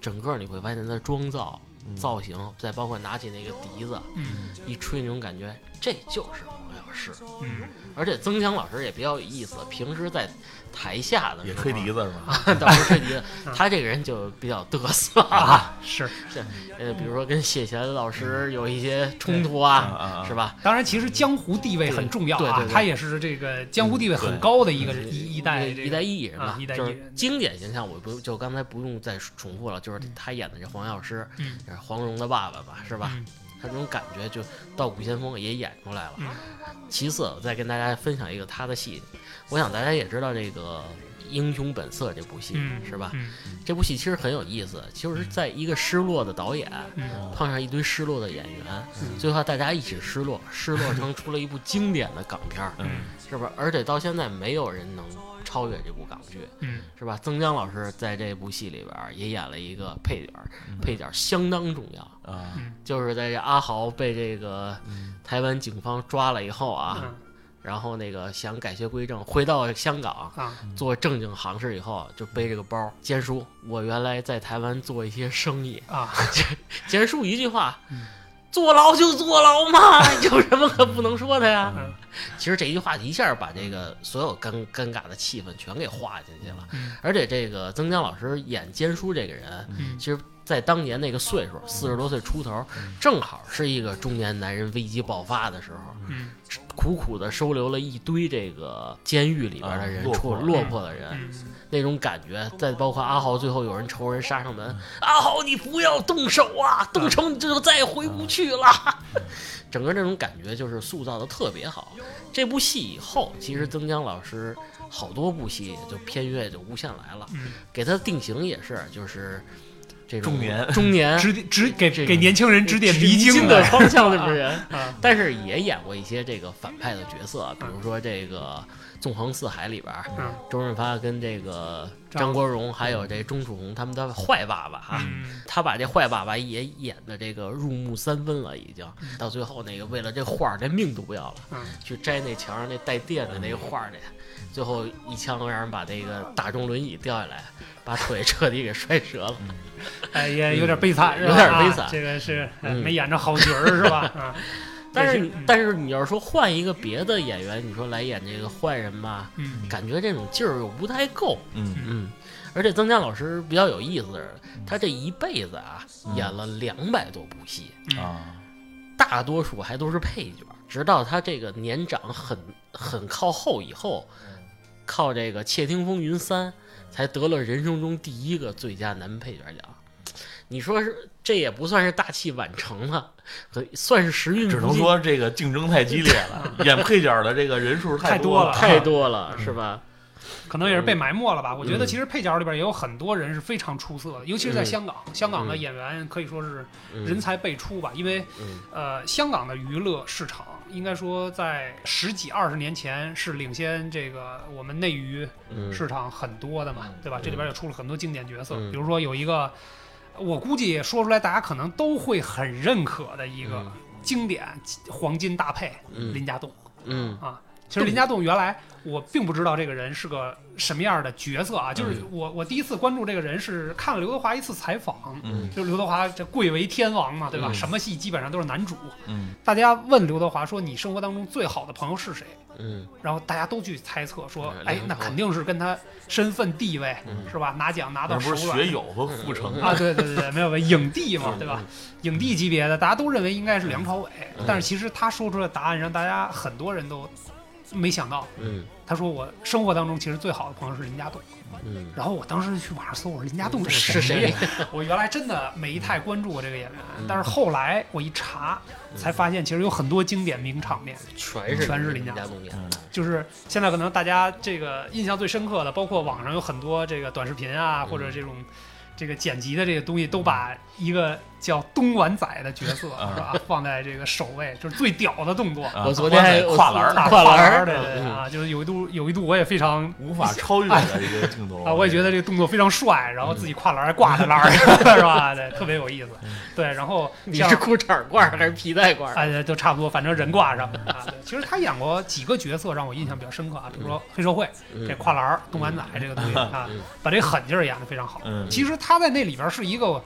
[SPEAKER 1] 整个你会发现它的妆造、
[SPEAKER 2] 嗯
[SPEAKER 1] 造型，再包括拿起那个笛子
[SPEAKER 3] 嗯
[SPEAKER 1] 一吹那种感觉，这就是我表示。
[SPEAKER 3] 嗯，
[SPEAKER 1] 而且曾强老师也比较有意思，平时在台下的
[SPEAKER 2] 也
[SPEAKER 1] 时候
[SPEAKER 2] 吹笛子是吗？
[SPEAKER 1] 倒不是吹 笛子，
[SPEAKER 3] 嗯
[SPEAKER 1] 他这个人就比较嘚瑟啊。
[SPEAKER 3] 是。
[SPEAKER 1] 呃，比如说跟谢贤老师有一些冲突啊，
[SPEAKER 2] 啊
[SPEAKER 1] 是？吧？
[SPEAKER 3] 当然，其实江湖地位很重要
[SPEAKER 1] 对对
[SPEAKER 3] 啊
[SPEAKER 1] 对，对
[SPEAKER 3] 他也是这个江湖地位很高的一个人一一代
[SPEAKER 1] 一
[SPEAKER 3] 这个
[SPEAKER 1] 一代艺人吧
[SPEAKER 3] 啊，一代艺
[SPEAKER 1] 就
[SPEAKER 3] 人
[SPEAKER 1] 是经典形象，我不就刚才不用再重复了，就是他演的这黄药师，
[SPEAKER 3] 嗯
[SPEAKER 1] 也是黄蓉的爸爸嘛，是吧？
[SPEAKER 3] 嗯
[SPEAKER 1] 他这种感觉就《道骨仙风》也演出来了。
[SPEAKER 3] 嗯
[SPEAKER 1] 其次，我再跟大家分享一个他的戏，我想大家也知道这个《英雄本色》这部戏、
[SPEAKER 3] 嗯
[SPEAKER 1] 是吧？
[SPEAKER 3] 嗯
[SPEAKER 1] 这部戏其实很有意思，就是在一个失落的导演
[SPEAKER 3] 嗯
[SPEAKER 1] 碰上一堆失落的演员，最后大家一起失落，失落成出了一部经典的港片儿，
[SPEAKER 2] 嗯
[SPEAKER 1] 是吧？而且到现在没有人能超越这部港剧，
[SPEAKER 3] 嗯
[SPEAKER 1] 是吧？曾江老师在这部戏里边儿也演了一个配角儿，配角儿相当重要。
[SPEAKER 2] 啊，
[SPEAKER 1] 就是在这阿豪被这个台湾警方抓了以后啊，
[SPEAKER 3] 嗯
[SPEAKER 1] 然后那个想改邪归正，回到香港
[SPEAKER 3] 啊
[SPEAKER 1] 做正经行市以后，就背这个包。坚叔，我原来在台湾做一些生意，
[SPEAKER 3] 啊，
[SPEAKER 1] 坚叔一句话。坐牢就坐牢嘛， 有什么可不能说的呀？
[SPEAKER 3] 嗯
[SPEAKER 1] 其实这一句话一下把这个所有尴尴尬的气氛全给化进去了
[SPEAKER 3] 嗯，
[SPEAKER 1] 而且这个曾江老师演坚叔这个人，
[SPEAKER 3] 嗯嗯
[SPEAKER 1] 其实，在当年那个岁数，四十多岁出头，正好是一个中年男人危机爆发的时候，
[SPEAKER 3] 嗯
[SPEAKER 1] 苦苦的收留了一堆这个监狱里边的人
[SPEAKER 2] 啊，
[SPEAKER 1] 处
[SPEAKER 2] 落魄
[SPEAKER 1] 落魄的人，
[SPEAKER 3] 嗯
[SPEAKER 1] 那种感觉。再包括阿豪，最后有人仇人杀上门，阿豪你不要动手啊，动手你这就再也回不去了。 整个这种感觉就是塑造的特别好。这部戏以后，其实曾江老师好多部戏就片约就无限来了，
[SPEAKER 3] 嗯，
[SPEAKER 1] 给他的定型也是就是这种
[SPEAKER 2] 中年
[SPEAKER 1] 中年
[SPEAKER 3] 指指给
[SPEAKER 1] 这个
[SPEAKER 3] 给年轻人指点迷津
[SPEAKER 1] 的方向的 人，
[SPEAKER 3] 啊，
[SPEAKER 1] 但是也演过一些这个反派的角色，啊比如说这个《纵横四海》里边儿，
[SPEAKER 3] 嗯
[SPEAKER 1] 周润发跟这个
[SPEAKER 3] 张
[SPEAKER 1] 张国荣还有这钟楚红他们的坏爸爸啊。
[SPEAKER 3] 嗯
[SPEAKER 1] 他把这坏爸爸也演的这个入木三分了，已经到最后那个为了这画儿连命都不要了，
[SPEAKER 3] 嗯
[SPEAKER 1] 去摘那墙上那带电的那个画儿去，最后一枪让人把这个打中轮椅掉下来，把腿彻底给摔折了。
[SPEAKER 3] 哎也有点悲惨，是吧
[SPEAKER 1] 有点悲惨
[SPEAKER 3] 啊这个是哎
[SPEAKER 1] 嗯
[SPEAKER 3] 没演着好角儿是吧？ 啊，
[SPEAKER 1] 但是
[SPEAKER 3] 也嗯
[SPEAKER 1] 你，但是你要是说换一个别的演员，你说来演这个坏人吧，
[SPEAKER 3] 嗯
[SPEAKER 1] 感觉这种劲儿又不太够。
[SPEAKER 2] 嗯
[SPEAKER 1] 嗯，而且曾江老师比较有意思的是，他这一辈子啊，演了两百多部戏，
[SPEAKER 2] 啊，
[SPEAKER 1] 大多数还都是配角，直到他这个年长很很靠后以后，靠这个《窃听风云三》才得了人生中第一个最佳男配角奖。你说是这也不算是大器晚成了，可算是时运
[SPEAKER 2] 只
[SPEAKER 1] 不
[SPEAKER 2] 能
[SPEAKER 1] 济
[SPEAKER 2] 说这个竞争太激烈了，演配角的这个人数
[SPEAKER 3] 太多
[SPEAKER 2] 多
[SPEAKER 3] 了
[SPEAKER 1] 太多了，是吧？
[SPEAKER 3] 可能也是被埋没了吧。我觉得其实配角里边也有很多人是非常出色的，尤其是在香港，香港的演员可以说是
[SPEAKER 1] 嗯
[SPEAKER 3] 人才辈出吧。因为
[SPEAKER 1] 嗯
[SPEAKER 3] 呃，香港的娱乐市场应该说在十几二十年前是领先这个我们内娱
[SPEAKER 1] 嗯
[SPEAKER 3] 市场很多的嘛，对吧？这里边也出了很多经典角色，
[SPEAKER 1] 嗯
[SPEAKER 3] 比如说有一个，我估计说出来大家可能都会很认可的一个
[SPEAKER 1] 嗯
[SPEAKER 3] 经典黄金搭配，
[SPEAKER 1] 嗯
[SPEAKER 3] 林家栋。
[SPEAKER 1] 嗯
[SPEAKER 3] 啊。其实林家栋原来我并不知道这个人是个什么样的角色啊，就是
[SPEAKER 2] 嗯
[SPEAKER 3] 我我第一次关注这个人是看了刘德华一次采访，
[SPEAKER 2] 嗯
[SPEAKER 3] 就是刘德华这贵为天王嘛，对吧？
[SPEAKER 1] 嗯
[SPEAKER 3] 什么戏基本上都是男主。
[SPEAKER 2] 嗯
[SPEAKER 3] 大家问刘德华说：“你生活当中最好的朋友是谁
[SPEAKER 1] 嗯？”
[SPEAKER 3] 然后大家都去猜测说
[SPEAKER 1] 嗯：“
[SPEAKER 3] 哎
[SPEAKER 1] 梁，
[SPEAKER 3] 那
[SPEAKER 1] 朝
[SPEAKER 3] 肯定是跟他身份地位
[SPEAKER 1] 嗯
[SPEAKER 3] 是吧？拿奖拿
[SPEAKER 2] 那
[SPEAKER 3] 到手
[SPEAKER 2] 不是
[SPEAKER 3] 软
[SPEAKER 2] 学嗯友和傅成
[SPEAKER 3] 啊，对对对对，没有没有影帝嘛，对吧？影帝级别的，大家都认为应该是梁朝伟，
[SPEAKER 1] 嗯
[SPEAKER 3] 但是其实他说出的答案让大家很多人都没想到。
[SPEAKER 1] 嗯
[SPEAKER 3] 他说我生活当中其实最好的朋友是林家栋，
[SPEAKER 1] 嗯
[SPEAKER 3] 然后我当时就去网上搜，我说林家栋
[SPEAKER 1] 是
[SPEAKER 3] 谁
[SPEAKER 1] 谁
[SPEAKER 3] 呀？ 我原来真的没太关注过这个演员
[SPEAKER 1] 嗯，
[SPEAKER 3] 但是后来我一查，才发现其实有很多经典名场面，
[SPEAKER 1] 全是
[SPEAKER 3] 全是
[SPEAKER 1] 林
[SPEAKER 3] 林家
[SPEAKER 1] 栋演
[SPEAKER 2] 嗯
[SPEAKER 1] 的，
[SPEAKER 3] 就是现在可能大家这个印象最深刻的，包括网上有很多这个短视频啊，
[SPEAKER 1] 嗯
[SPEAKER 3] 或者这种这个剪辑的这个东西，都把一个叫东莞仔的角色
[SPEAKER 2] 啊
[SPEAKER 3] 是吧，放在这个首位，就是最屌的动作。
[SPEAKER 2] 啊
[SPEAKER 1] 我昨天还
[SPEAKER 2] 光在跨栏儿
[SPEAKER 3] 啊
[SPEAKER 1] 跨
[SPEAKER 3] 栏
[SPEAKER 1] 栏儿
[SPEAKER 3] 对对对
[SPEAKER 1] 嗯
[SPEAKER 3] 啊，就是有一度有一度我也非常
[SPEAKER 2] 无法超越的一个镜头
[SPEAKER 1] 哦
[SPEAKER 3] 啊，我也觉得这个动作非常帅，然后自己
[SPEAKER 1] 嗯
[SPEAKER 3] 跨栏儿还挂在 那儿，是吧？对，特别有意思。对，然后
[SPEAKER 1] 你
[SPEAKER 3] 像
[SPEAKER 1] 是裤衩褂还是皮带褂？
[SPEAKER 3] 哎，都差不多，反正人挂上啊。对其实他演过几个角色让我印象比较深刻啊，比如说黑社会这
[SPEAKER 1] 嗯
[SPEAKER 3] 跨栏儿、 动漫仔这个东西啊
[SPEAKER 1] 嗯，
[SPEAKER 3] 把这狠劲儿演得非常好。
[SPEAKER 2] 嗯
[SPEAKER 3] 其实他在那里边是一个。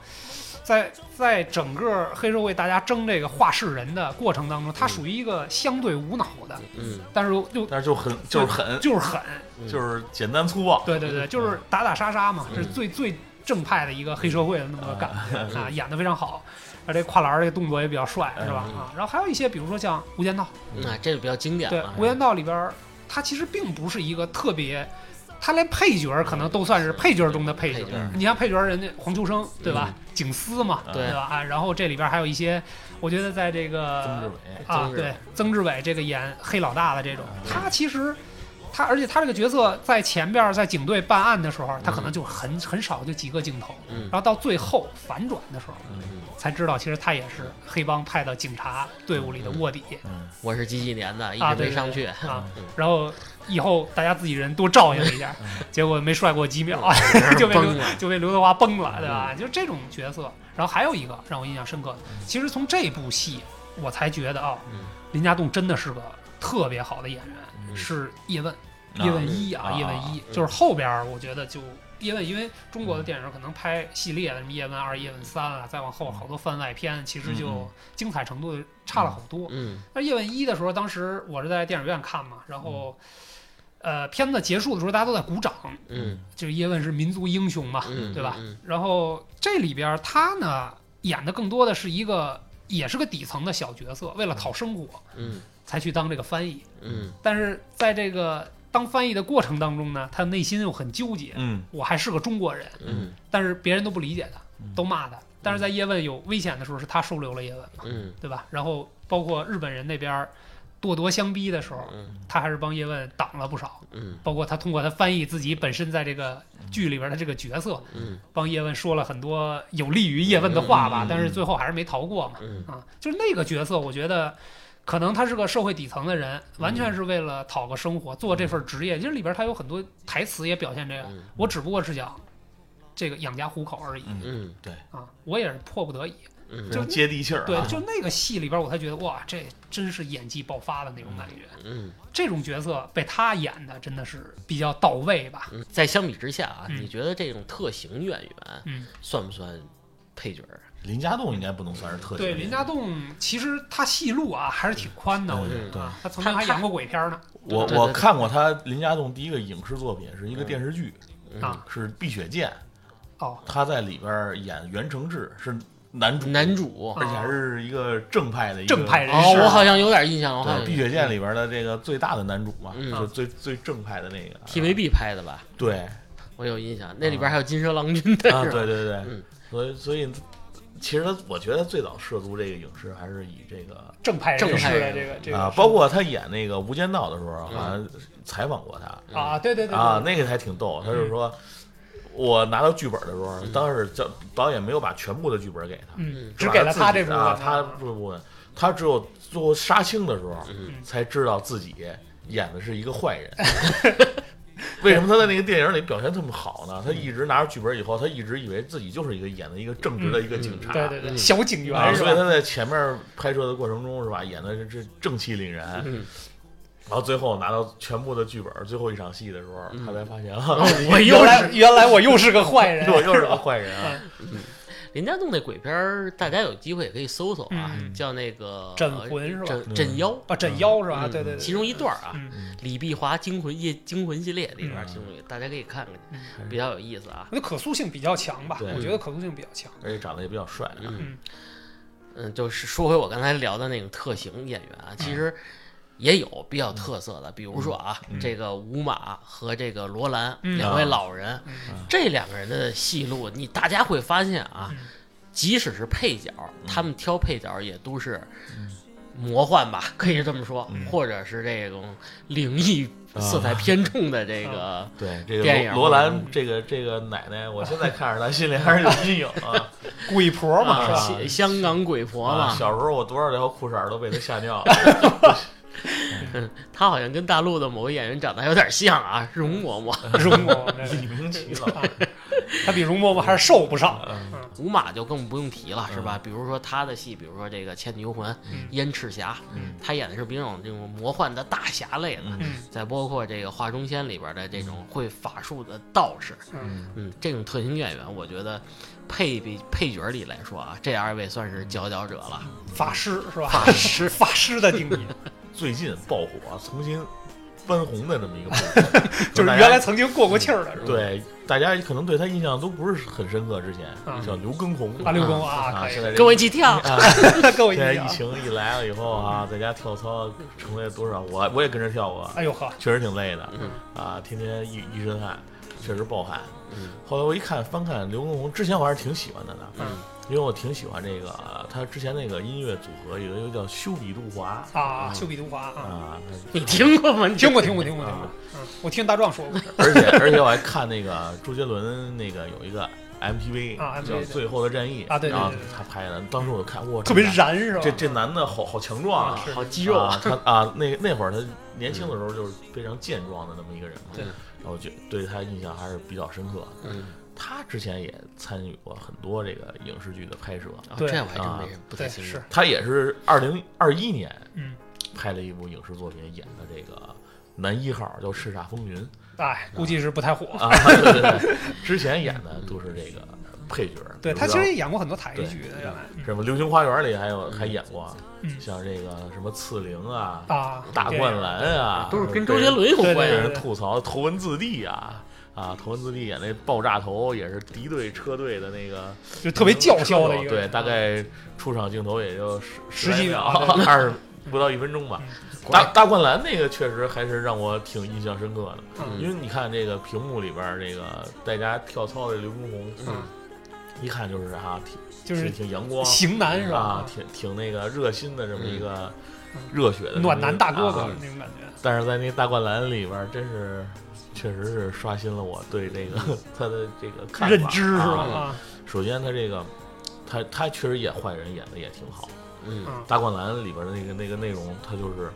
[SPEAKER 3] 在在整个黑社会大家争这个画室人的过程当中，他属于一个相对无脑的，
[SPEAKER 1] 嗯，
[SPEAKER 3] 但是又
[SPEAKER 2] 但是就很就是狠，
[SPEAKER 3] 就是狠，
[SPEAKER 1] 嗯
[SPEAKER 2] 就是简单粗暴。
[SPEAKER 3] 对对对，就是打打杀杀嘛，
[SPEAKER 1] 嗯
[SPEAKER 3] 这是最最正派的一个黑社会的那么个干法啊，演的非常好。而这跨栏儿这个动作也比较帅，是吧？
[SPEAKER 1] 嗯
[SPEAKER 3] 啊，然后还有一些，比如说像《无间道》，
[SPEAKER 1] 那这个比较经典
[SPEAKER 3] 对，《
[SPEAKER 1] 了。
[SPEAKER 3] 无间道》里边儿，它其实并不是一个特别，它连配角儿可能都算是配角儿中的配角
[SPEAKER 1] 配角
[SPEAKER 3] 儿
[SPEAKER 1] 儿。
[SPEAKER 3] 你像配角儿人家黄秋生，对吧？警司嘛，
[SPEAKER 1] 对
[SPEAKER 3] 对吧？啊，然后这里边儿还有一些，我觉得在这
[SPEAKER 2] 曾志
[SPEAKER 3] 个
[SPEAKER 2] 伟，
[SPEAKER 3] 啊，
[SPEAKER 1] 曾志伟
[SPEAKER 3] 对曾志伟这个演黑老大的这
[SPEAKER 1] 啊
[SPEAKER 3] 种，
[SPEAKER 2] 嗯
[SPEAKER 3] 他其实。他而且他这个角色在前边儿在警队办案的时候，他可能就很很少就几个镜头，
[SPEAKER 1] 嗯
[SPEAKER 3] 然后到最后反转的时候
[SPEAKER 2] 嗯
[SPEAKER 3] 才知道，其实他也是黑帮派到警察队伍里的卧底，
[SPEAKER 2] 嗯，
[SPEAKER 1] 我是几几年的，一
[SPEAKER 3] 啊
[SPEAKER 1] 直
[SPEAKER 3] 对
[SPEAKER 1] 没
[SPEAKER 3] 对
[SPEAKER 1] 上
[SPEAKER 3] 对
[SPEAKER 1] 去。
[SPEAKER 3] 啊
[SPEAKER 1] 嗯，
[SPEAKER 3] 然后以后大家自己人多照应一下，结果没帅过几秒
[SPEAKER 1] 嗯
[SPEAKER 3] 就被
[SPEAKER 1] 崩
[SPEAKER 3] 刘
[SPEAKER 1] 了
[SPEAKER 3] 就被刘德华崩了，对
[SPEAKER 1] 嗯
[SPEAKER 3] 吧？就这种角色。然后还有一个让我印象深刻的，其实从这部戏我才觉得啊、
[SPEAKER 1] 嗯
[SPEAKER 3] 林家栋真的是个特别好的演员，
[SPEAKER 1] 嗯
[SPEAKER 3] 是叶问，
[SPEAKER 2] 啊
[SPEAKER 3] 叶问一啊，
[SPEAKER 2] 啊
[SPEAKER 3] 叶问一
[SPEAKER 1] 嗯
[SPEAKER 3] 就是后边儿我觉得就。叶问，因为中国的电影可能拍系列的，什么叶问二、叶问三啊，再往后好多番外篇，其实
[SPEAKER 2] 嗯
[SPEAKER 3] 就精彩程度差了好多。
[SPEAKER 1] 嗯
[SPEAKER 3] 那叶问一的时候，当时我是在电影院看嘛，然后，呃，片子结束的时候大家都在鼓掌，
[SPEAKER 1] 嗯
[SPEAKER 3] 就是叶问是民族英雄嘛，
[SPEAKER 1] 嗯，
[SPEAKER 3] 对吧？
[SPEAKER 1] 嗯
[SPEAKER 3] 然后这里边他呢演的更多的是一个，也是个底层的小角色，为了讨生活
[SPEAKER 1] 嗯
[SPEAKER 3] 才去当这个翻译，
[SPEAKER 1] 嗯
[SPEAKER 3] 但是在这个当翻译的过程当中呢，他内心又很纠结，
[SPEAKER 2] 嗯
[SPEAKER 3] 我还是个中国人，
[SPEAKER 1] 嗯
[SPEAKER 3] 但是别人都不理解他，
[SPEAKER 2] 嗯
[SPEAKER 3] 都骂他。但是在叶问有危险的时候，是他收留了叶问。
[SPEAKER 1] 嗯
[SPEAKER 3] 对吧？然后包括日本人那边儿咄咄相逼的时候，
[SPEAKER 1] 嗯
[SPEAKER 3] 他还是帮叶问挡了不少。
[SPEAKER 1] 嗯
[SPEAKER 3] 包括他通过他翻译自己本身在这个剧里边的这个角色，
[SPEAKER 1] 嗯
[SPEAKER 3] 帮叶问说了很多有利于叶问的话
[SPEAKER 2] 嗯
[SPEAKER 3] 吧
[SPEAKER 2] 嗯嗯，
[SPEAKER 3] 但是最后还是没逃过嘛。
[SPEAKER 1] 嗯
[SPEAKER 3] 啊，就是那个角色，我觉得。可能他是个社会底层的人，
[SPEAKER 2] 嗯
[SPEAKER 3] 完全是为了讨个生活，做这份职业。其实里边他有很多台词也表现这个，
[SPEAKER 1] 嗯
[SPEAKER 3] 我只不过是想这个养家糊口而已
[SPEAKER 2] 嗯，
[SPEAKER 1] 嗯
[SPEAKER 3] 啊，我也是迫不得已。
[SPEAKER 1] 嗯，
[SPEAKER 2] 非常接地气儿啊。
[SPEAKER 3] 对，就那个戏里边，我才觉得哇，这真是演技爆发的那种感觉。
[SPEAKER 1] 嗯
[SPEAKER 3] 这种角色被他演的真的是比较到位吧？
[SPEAKER 1] 嗯，在相比之下啊，
[SPEAKER 3] 嗯
[SPEAKER 1] 你觉得这种特型演员
[SPEAKER 3] 嗯，
[SPEAKER 1] 算不算配角儿？
[SPEAKER 2] 林家栋应该不能算是特
[SPEAKER 3] 对，
[SPEAKER 2] 型
[SPEAKER 3] 林家栋其实他戏路啊还是挺
[SPEAKER 2] 嗯
[SPEAKER 3] 宽的，我觉得啊，他曾经还演过鬼片呢
[SPEAKER 2] 我
[SPEAKER 1] 对对
[SPEAKER 2] 我
[SPEAKER 1] 对
[SPEAKER 2] 看过他林家栋第一个影视作品是一个
[SPEAKER 1] 嗯
[SPEAKER 2] 电视剧，
[SPEAKER 1] 嗯
[SPEAKER 3] 啊。
[SPEAKER 2] 是《碧血剑》，
[SPEAKER 3] 哦，
[SPEAKER 2] 他在里边儿演袁承志是男主，
[SPEAKER 1] 男主
[SPEAKER 3] 啊
[SPEAKER 2] 而且还是一个正派的一个
[SPEAKER 3] 正派人
[SPEAKER 1] 哦
[SPEAKER 3] 士，，
[SPEAKER 1] 我好像有点印象，我
[SPEAKER 2] 对
[SPEAKER 1] 好像
[SPEAKER 2] 《碧血剑》里边的这个最大的男主嘛，
[SPEAKER 1] 嗯
[SPEAKER 2] 就最最正派的那个。
[SPEAKER 1] TVB 拍的吧，
[SPEAKER 2] 对
[SPEAKER 1] 我有印象，那里边还有金蛇郎君的
[SPEAKER 2] 啊，
[SPEAKER 1] 是吧
[SPEAKER 2] 对对对，
[SPEAKER 1] 嗯
[SPEAKER 2] 所以所以其实他我觉得最早涉足这个影视还是以这个
[SPEAKER 3] 正派人士的这个这个
[SPEAKER 2] 啊，包括他演那个《无间道》的时候，好
[SPEAKER 1] 嗯
[SPEAKER 2] 像采访过他
[SPEAKER 3] 啊，对对对
[SPEAKER 2] 啊，，那个还挺逗，
[SPEAKER 3] 嗯
[SPEAKER 2] 他就说。我拿到剧本的时候，当时叫导演没有把全部的剧本给他，
[SPEAKER 3] 嗯，
[SPEAKER 2] 是
[SPEAKER 3] 只
[SPEAKER 2] 吧
[SPEAKER 3] 给了他
[SPEAKER 2] 自
[SPEAKER 3] 这
[SPEAKER 2] 己
[SPEAKER 3] 部
[SPEAKER 2] 的
[SPEAKER 3] 分
[SPEAKER 2] 啊，他这部分，他只有最后杀青的时候，
[SPEAKER 3] 嗯
[SPEAKER 2] 才知道自己演的是一个坏 人。为什么他在那个电影里表现这么好呢？他一直拿着剧本以后，他一直以为自己就是一个演的一个正直的一个警察，
[SPEAKER 3] 对对对，小警
[SPEAKER 2] 啊，
[SPEAKER 3] 员是
[SPEAKER 2] 所以
[SPEAKER 3] 吧？
[SPEAKER 2] 他在前面拍摄的过程中是吧，演的是这正气凛然。
[SPEAKER 1] 嗯
[SPEAKER 2] 然后最后拿到全部的剧本，最后一场戏的时候，他才发现
[SPEAKER 1] 哦
[SPEAKER 2] 啊，
[SPEAKER 1] 我又
[SPEAKER 3] 原
[SPEAKER 1] 是
[SPEAKER 3] 来原来我又是个坏人，
[SPEAKER 2] 我又是个坏人啊！
[SPEAKER 1] 林家栋那鬼片儿，大家有机会也可以搜搜啊，
[SPEAKER 3] 嗯
[SPEAKER 1] 叫那个
[SPEAKER 3] 镇魂是吧
[SPEAKER 2] 嗯
[SPEAKER 1] 镇镇妖，
[SPEAKER 3] 啊，镇妖是吧？
[SPEAKER 1] 嗯
[SPEAKER 3] 对对对，
[SPEAKER 1] 其中一段儿啊，
[SPEAKER 3] 嗯，
[SPEAKER 1] 李碧华惊魂夜惊魂系列里边儿
[SPEAKER 2] 嗯
[SPEAKER 1] 其中一个，大家可以看看去，
[SPEAKER 2] 嗯
[SPEAKER 1] 比较有意思啊。
[SPEAKER 3] 那可塑性比较强吧？
[SPEAKER 2] 对
[SPEAKER 3] 我觉得可塑性比较强。
[SPEAKER 2] 而且长得也比较帅啊，
[SPEAKER 1] 嗯
[SPEAKER 3] 嗯，
[SPEAKER 1] 嗯，就是说回我刚才聊的那种特型演员啊，
[SPEAKER 3] 嗯
[SPEAKER 1] 其实也有比较特色的，比如说啊，这个吴马和这个罗兰
[SPEAKER 3] 嗯
[SPEAKER 1] 两位老人，这两个人的戏路，你大家会发现
[SPEAKER 3] 嗯
[SPEAKER 1] 啊，即使是配角，他们挑配角也都是
[SPEAKER 3] 嗯
[SPEAKER 1] 魔幻吧，可以这么说，或者是这种灵异
[SPEAKER 3] 啊
[SPEAKER 1] 色彩偏重的这个，
[SPEAKER 2] 对这个
[SPEAKER 1] 电影
[SPEAKER 2] 罗罗兰这个这个奶奶，我现在看着她心里嗯还 是有阴影啊。
[SPEAKER 3] 鬼婆嘛
[SPEAKER 2] 啊
[SPEAKER 3] 是吧？
[SPEAKER 1] 香香港鬼婆
[SPEAKER 2] 啊
[SPEAKER 1] 嘛，
[SPEAKER 2] 小时候我多少条裤衩儿都被她吓尿了。
[SPEAKER 1] 她好像跟大陆的某个演员长得还有点像啊，容嬷嬷。
[SPEAKER 3] 容嬷嬷，
[SPEAKER 2] 李明奇了，
[SPEAKER 3] 他比容嬷嬷还是瘦不少。
[SPEAKER 2] 嗯
[SPEAKER 1] 古马就更不用提了，是吧？比如说他的戏，比如说这个《倩女幽魂》
[SPEAKER 3] 嗯
[SPEAKER 1] 燕赤霞，
[SPEAKER 2] 嗯
[SPEAKER 1] 他演的是比较这种魔幻的大侠类的，
[SPEAKER 2] 嗯
[SPEAKER 3] 嗯
[SPEAKER 1] 再包括这个《画中仙》里边的这种会法术的道士，
[SPEAKER 3] 嗯
[SPEAKER 2] 嗯
[SPEAKER 1] 嗯，这种特型演员，我觉得配比配角里来说啊，这二位算是佼佼者了。
[SPEAKER 3] 法师是吧？
[SPEAKER 1] 法师
[SPEAKER 3] 法师的定义，
[SPEAKER 2] 最近爆火，重新翻红的这么一个部分
[SPEAKER 3] 就是
[SPEAKER 2] 大家嗯
[SPEAKER 3] 原来曾经过过气儿的是吧？
[SPEAKER 2] 对大家可能对他印象都不是很深刻，之前
[SPEAKER 3] 啊
[SPEAKER 2] 叫刘耕宏
[SPEAKER 3] 八六宫
[SPEAKER 2] 啊，
[SPEAKER 3] 啊，可以
[SPEAKER 2] 现在这
[SPEAKER 1] 跟我一起跳，
[SPEAKER 2] 啊，
[SPEAKER 3] 跟我一
[SPEAKER 2] 现在
[SPEAKER 3] 起
[SPEAKER 2] 疫
[SPEAKER 3] 啊。
[SPEAKER 2] 情一来了以后啊，在家跳操成了多少？我我也跟着跳过，
[SPEAKER 3] 哎呦呵，
[SPEAKER 2] 确实挺累的
[SPEAKER 1] 嗯，
[SPEAKER 2] 啊，天天一一身汗，确实暴汗。
[SPEAKER 1] 嗯
[SPEAKER 2] 后来我一看翻看刘畊宏，之前我还是挺喜欢他的，
[SPEAKER 3] 嗯
[SPEAKER 2] 因为我挺喜欢这个呃他之前那个音乐组合，有一个叫修比杜华
[SPEAKER 3] 啊，秀比毒华啊，
[SPEAKER 2] 啊，
[SPEAKER 1] 你听过
[SPEAKER 2] 嗯
[SPEAKER 1] 吗？你
[SPEAKER 3] 听过听过听过听过
[SPEAKER 2] 啊，
[SPEAKER 3] 嗯，我听大壮说过，
[SPEAKER 2] 而且而且我还看那个周杰伦那个有一个 MTV
[SPEAKER 3] 啊
[SPEAKER 2] 叫
[SPEAKER 3] MTV
[SPEAKER 2] 《最后的战役》
[SPEAKER 3] 啊对对对
[SPEAKER 2] 然后
[SPEAKER 3] 对对
[SPEAKER 2] 他拍的，当时我就看哇，
[SPEAKER 3] 特 别
[SPEAKER 2] 这男
[SPEAKER 3] 燃是吧？
[SPEAKER 2] 这这男的好好强壮
[SPEAKER 1] 啊
[SPEAKER 2] 啊，，
[SPEAKER 3] 是
[SPEAKER 1] 好肌肉
[SPEAKER 2] 啊
[SPEAKER 1] 啊！
[SPEAKER 2] 他啊，那那会儿他 年轻的时候就是非常健壮的那么一个人嘛，
[SPEAKER 1] 对
[SPEAKER 2] 然后我觉得对他印象还是比较深刻的。
[SPEAKER 1] 嗯，
[SPEAKER 2] 他之前也参与过很多这个影视剧的拍摄，
[SPEAKER 1] 啊
[SPEAKER 3] 对
[SPEAKER 1] 这我还真
[SPEAKER 2] 啊
[SPEAKER 1] 没人不太
[SPEAKER 3] 对
[SPEAKER 1] 清楚
[SPEAKER 3] 是。，
[SPEAKER 2] 他也是二零二一年
[SPEAKER 3] 嗯，
[SPEAKER 2] 拍了一部影视作品，演的这个男一号叫《叱咤风云》
[SPEAKER 3] 哎，估计是不太 火。
[SPEAKER 2] 啊，对对对，之前演的
[SPEAKER 1] 嗯
[SPEAKER 2] 都是这个配角，
[SPEAKER 3] 对
[SPEAKER 2] 比如
[SPEAKER 3] 他其
[SPEAKER 2] 说
[SPEAKER 3] 实也演过很多台剧的，
[SPEAKER 2] 对
[SPEAKER 3] 原来嗯
[SPEAKER 2] 什么《流星花园》里还有还演过，
[SPEAKER 3] 嗯
[SPEAKER 2] 像这个什么刺陵啊、
[SPEAKER 3] 啊，
[SPEAKER 2] 大灌篮啊，
[SPEAKER 1] 都是跟周杰伦有
[SPEAKER 3] 对
[SPEAKER 1] 关
[SPEAKER 2] 被
[SPEAKER 3] 对
[SPEAKER 1] 系。
[SPEAKER 2] 人吐槽头文字 D 啊啊，头文字 D 演那爆炸头也是敌对车队的那个
[SPEAKER 3] 就特别叫嚣的一个
[SPEAKER 2] 嗯对，
[SPEAKER 3] 人，
[SPEAKER 2] 大概出场镜头也就十
[SPEAKER 3] 十几
[SPEAKER 2] 秒
[SPEAKER 3] 秒 对，嗯
[SPEAKER 2] 二十不到一分钟吧。
[SPEAKER 1] 果
[SPEAKER 2] 大
[SPEAKER 1] 然
[SPEAKER 2] 大灌篮那个确实还是让我挺印象深刻的，
[SPEAKER 3] 嗯
[SPEAKER 2] 因为你看这个屏幕里边儿这个在家跳操的刘畊宏，
[SPEAKER 1] 嗯
[SPEAKER 2] 一看就是啊，挺
[SPEAKER 3] 就是
[SPEAKER 2] 挺挺阳光，
[SPEAKER 3] 型男是
[SPEAKER 2] 啊
[SPEAKER 3] 吧，？
[SPEAKER 2] 挺挺那个热心的这么一个
[SPEAKER 3] 嗯
[SPEAKER 2] 热血的
[SPEAKER 3] 暖男大哥哥
[SPEAKER 2] 啊
[SPEAKER 3] 那种感觉，
[SPEAKER 2] 但是在那大灌篮里边儿，真是确实是刷新了我对这个 他的这个看法
[SPEAKER 3] 嗯认知是吧？
[SPEAKER 2] 啊
[SPEAKER 3] 啊，
[SPEAKER 2] 首先他这个他他确实演坏人演的也挺好，
[SPEAKER 1] 嗯，
[SPEAKER 3] 嗯，
[SPEAKER 2] 大灌篮里边儿的那个那个内容，他就是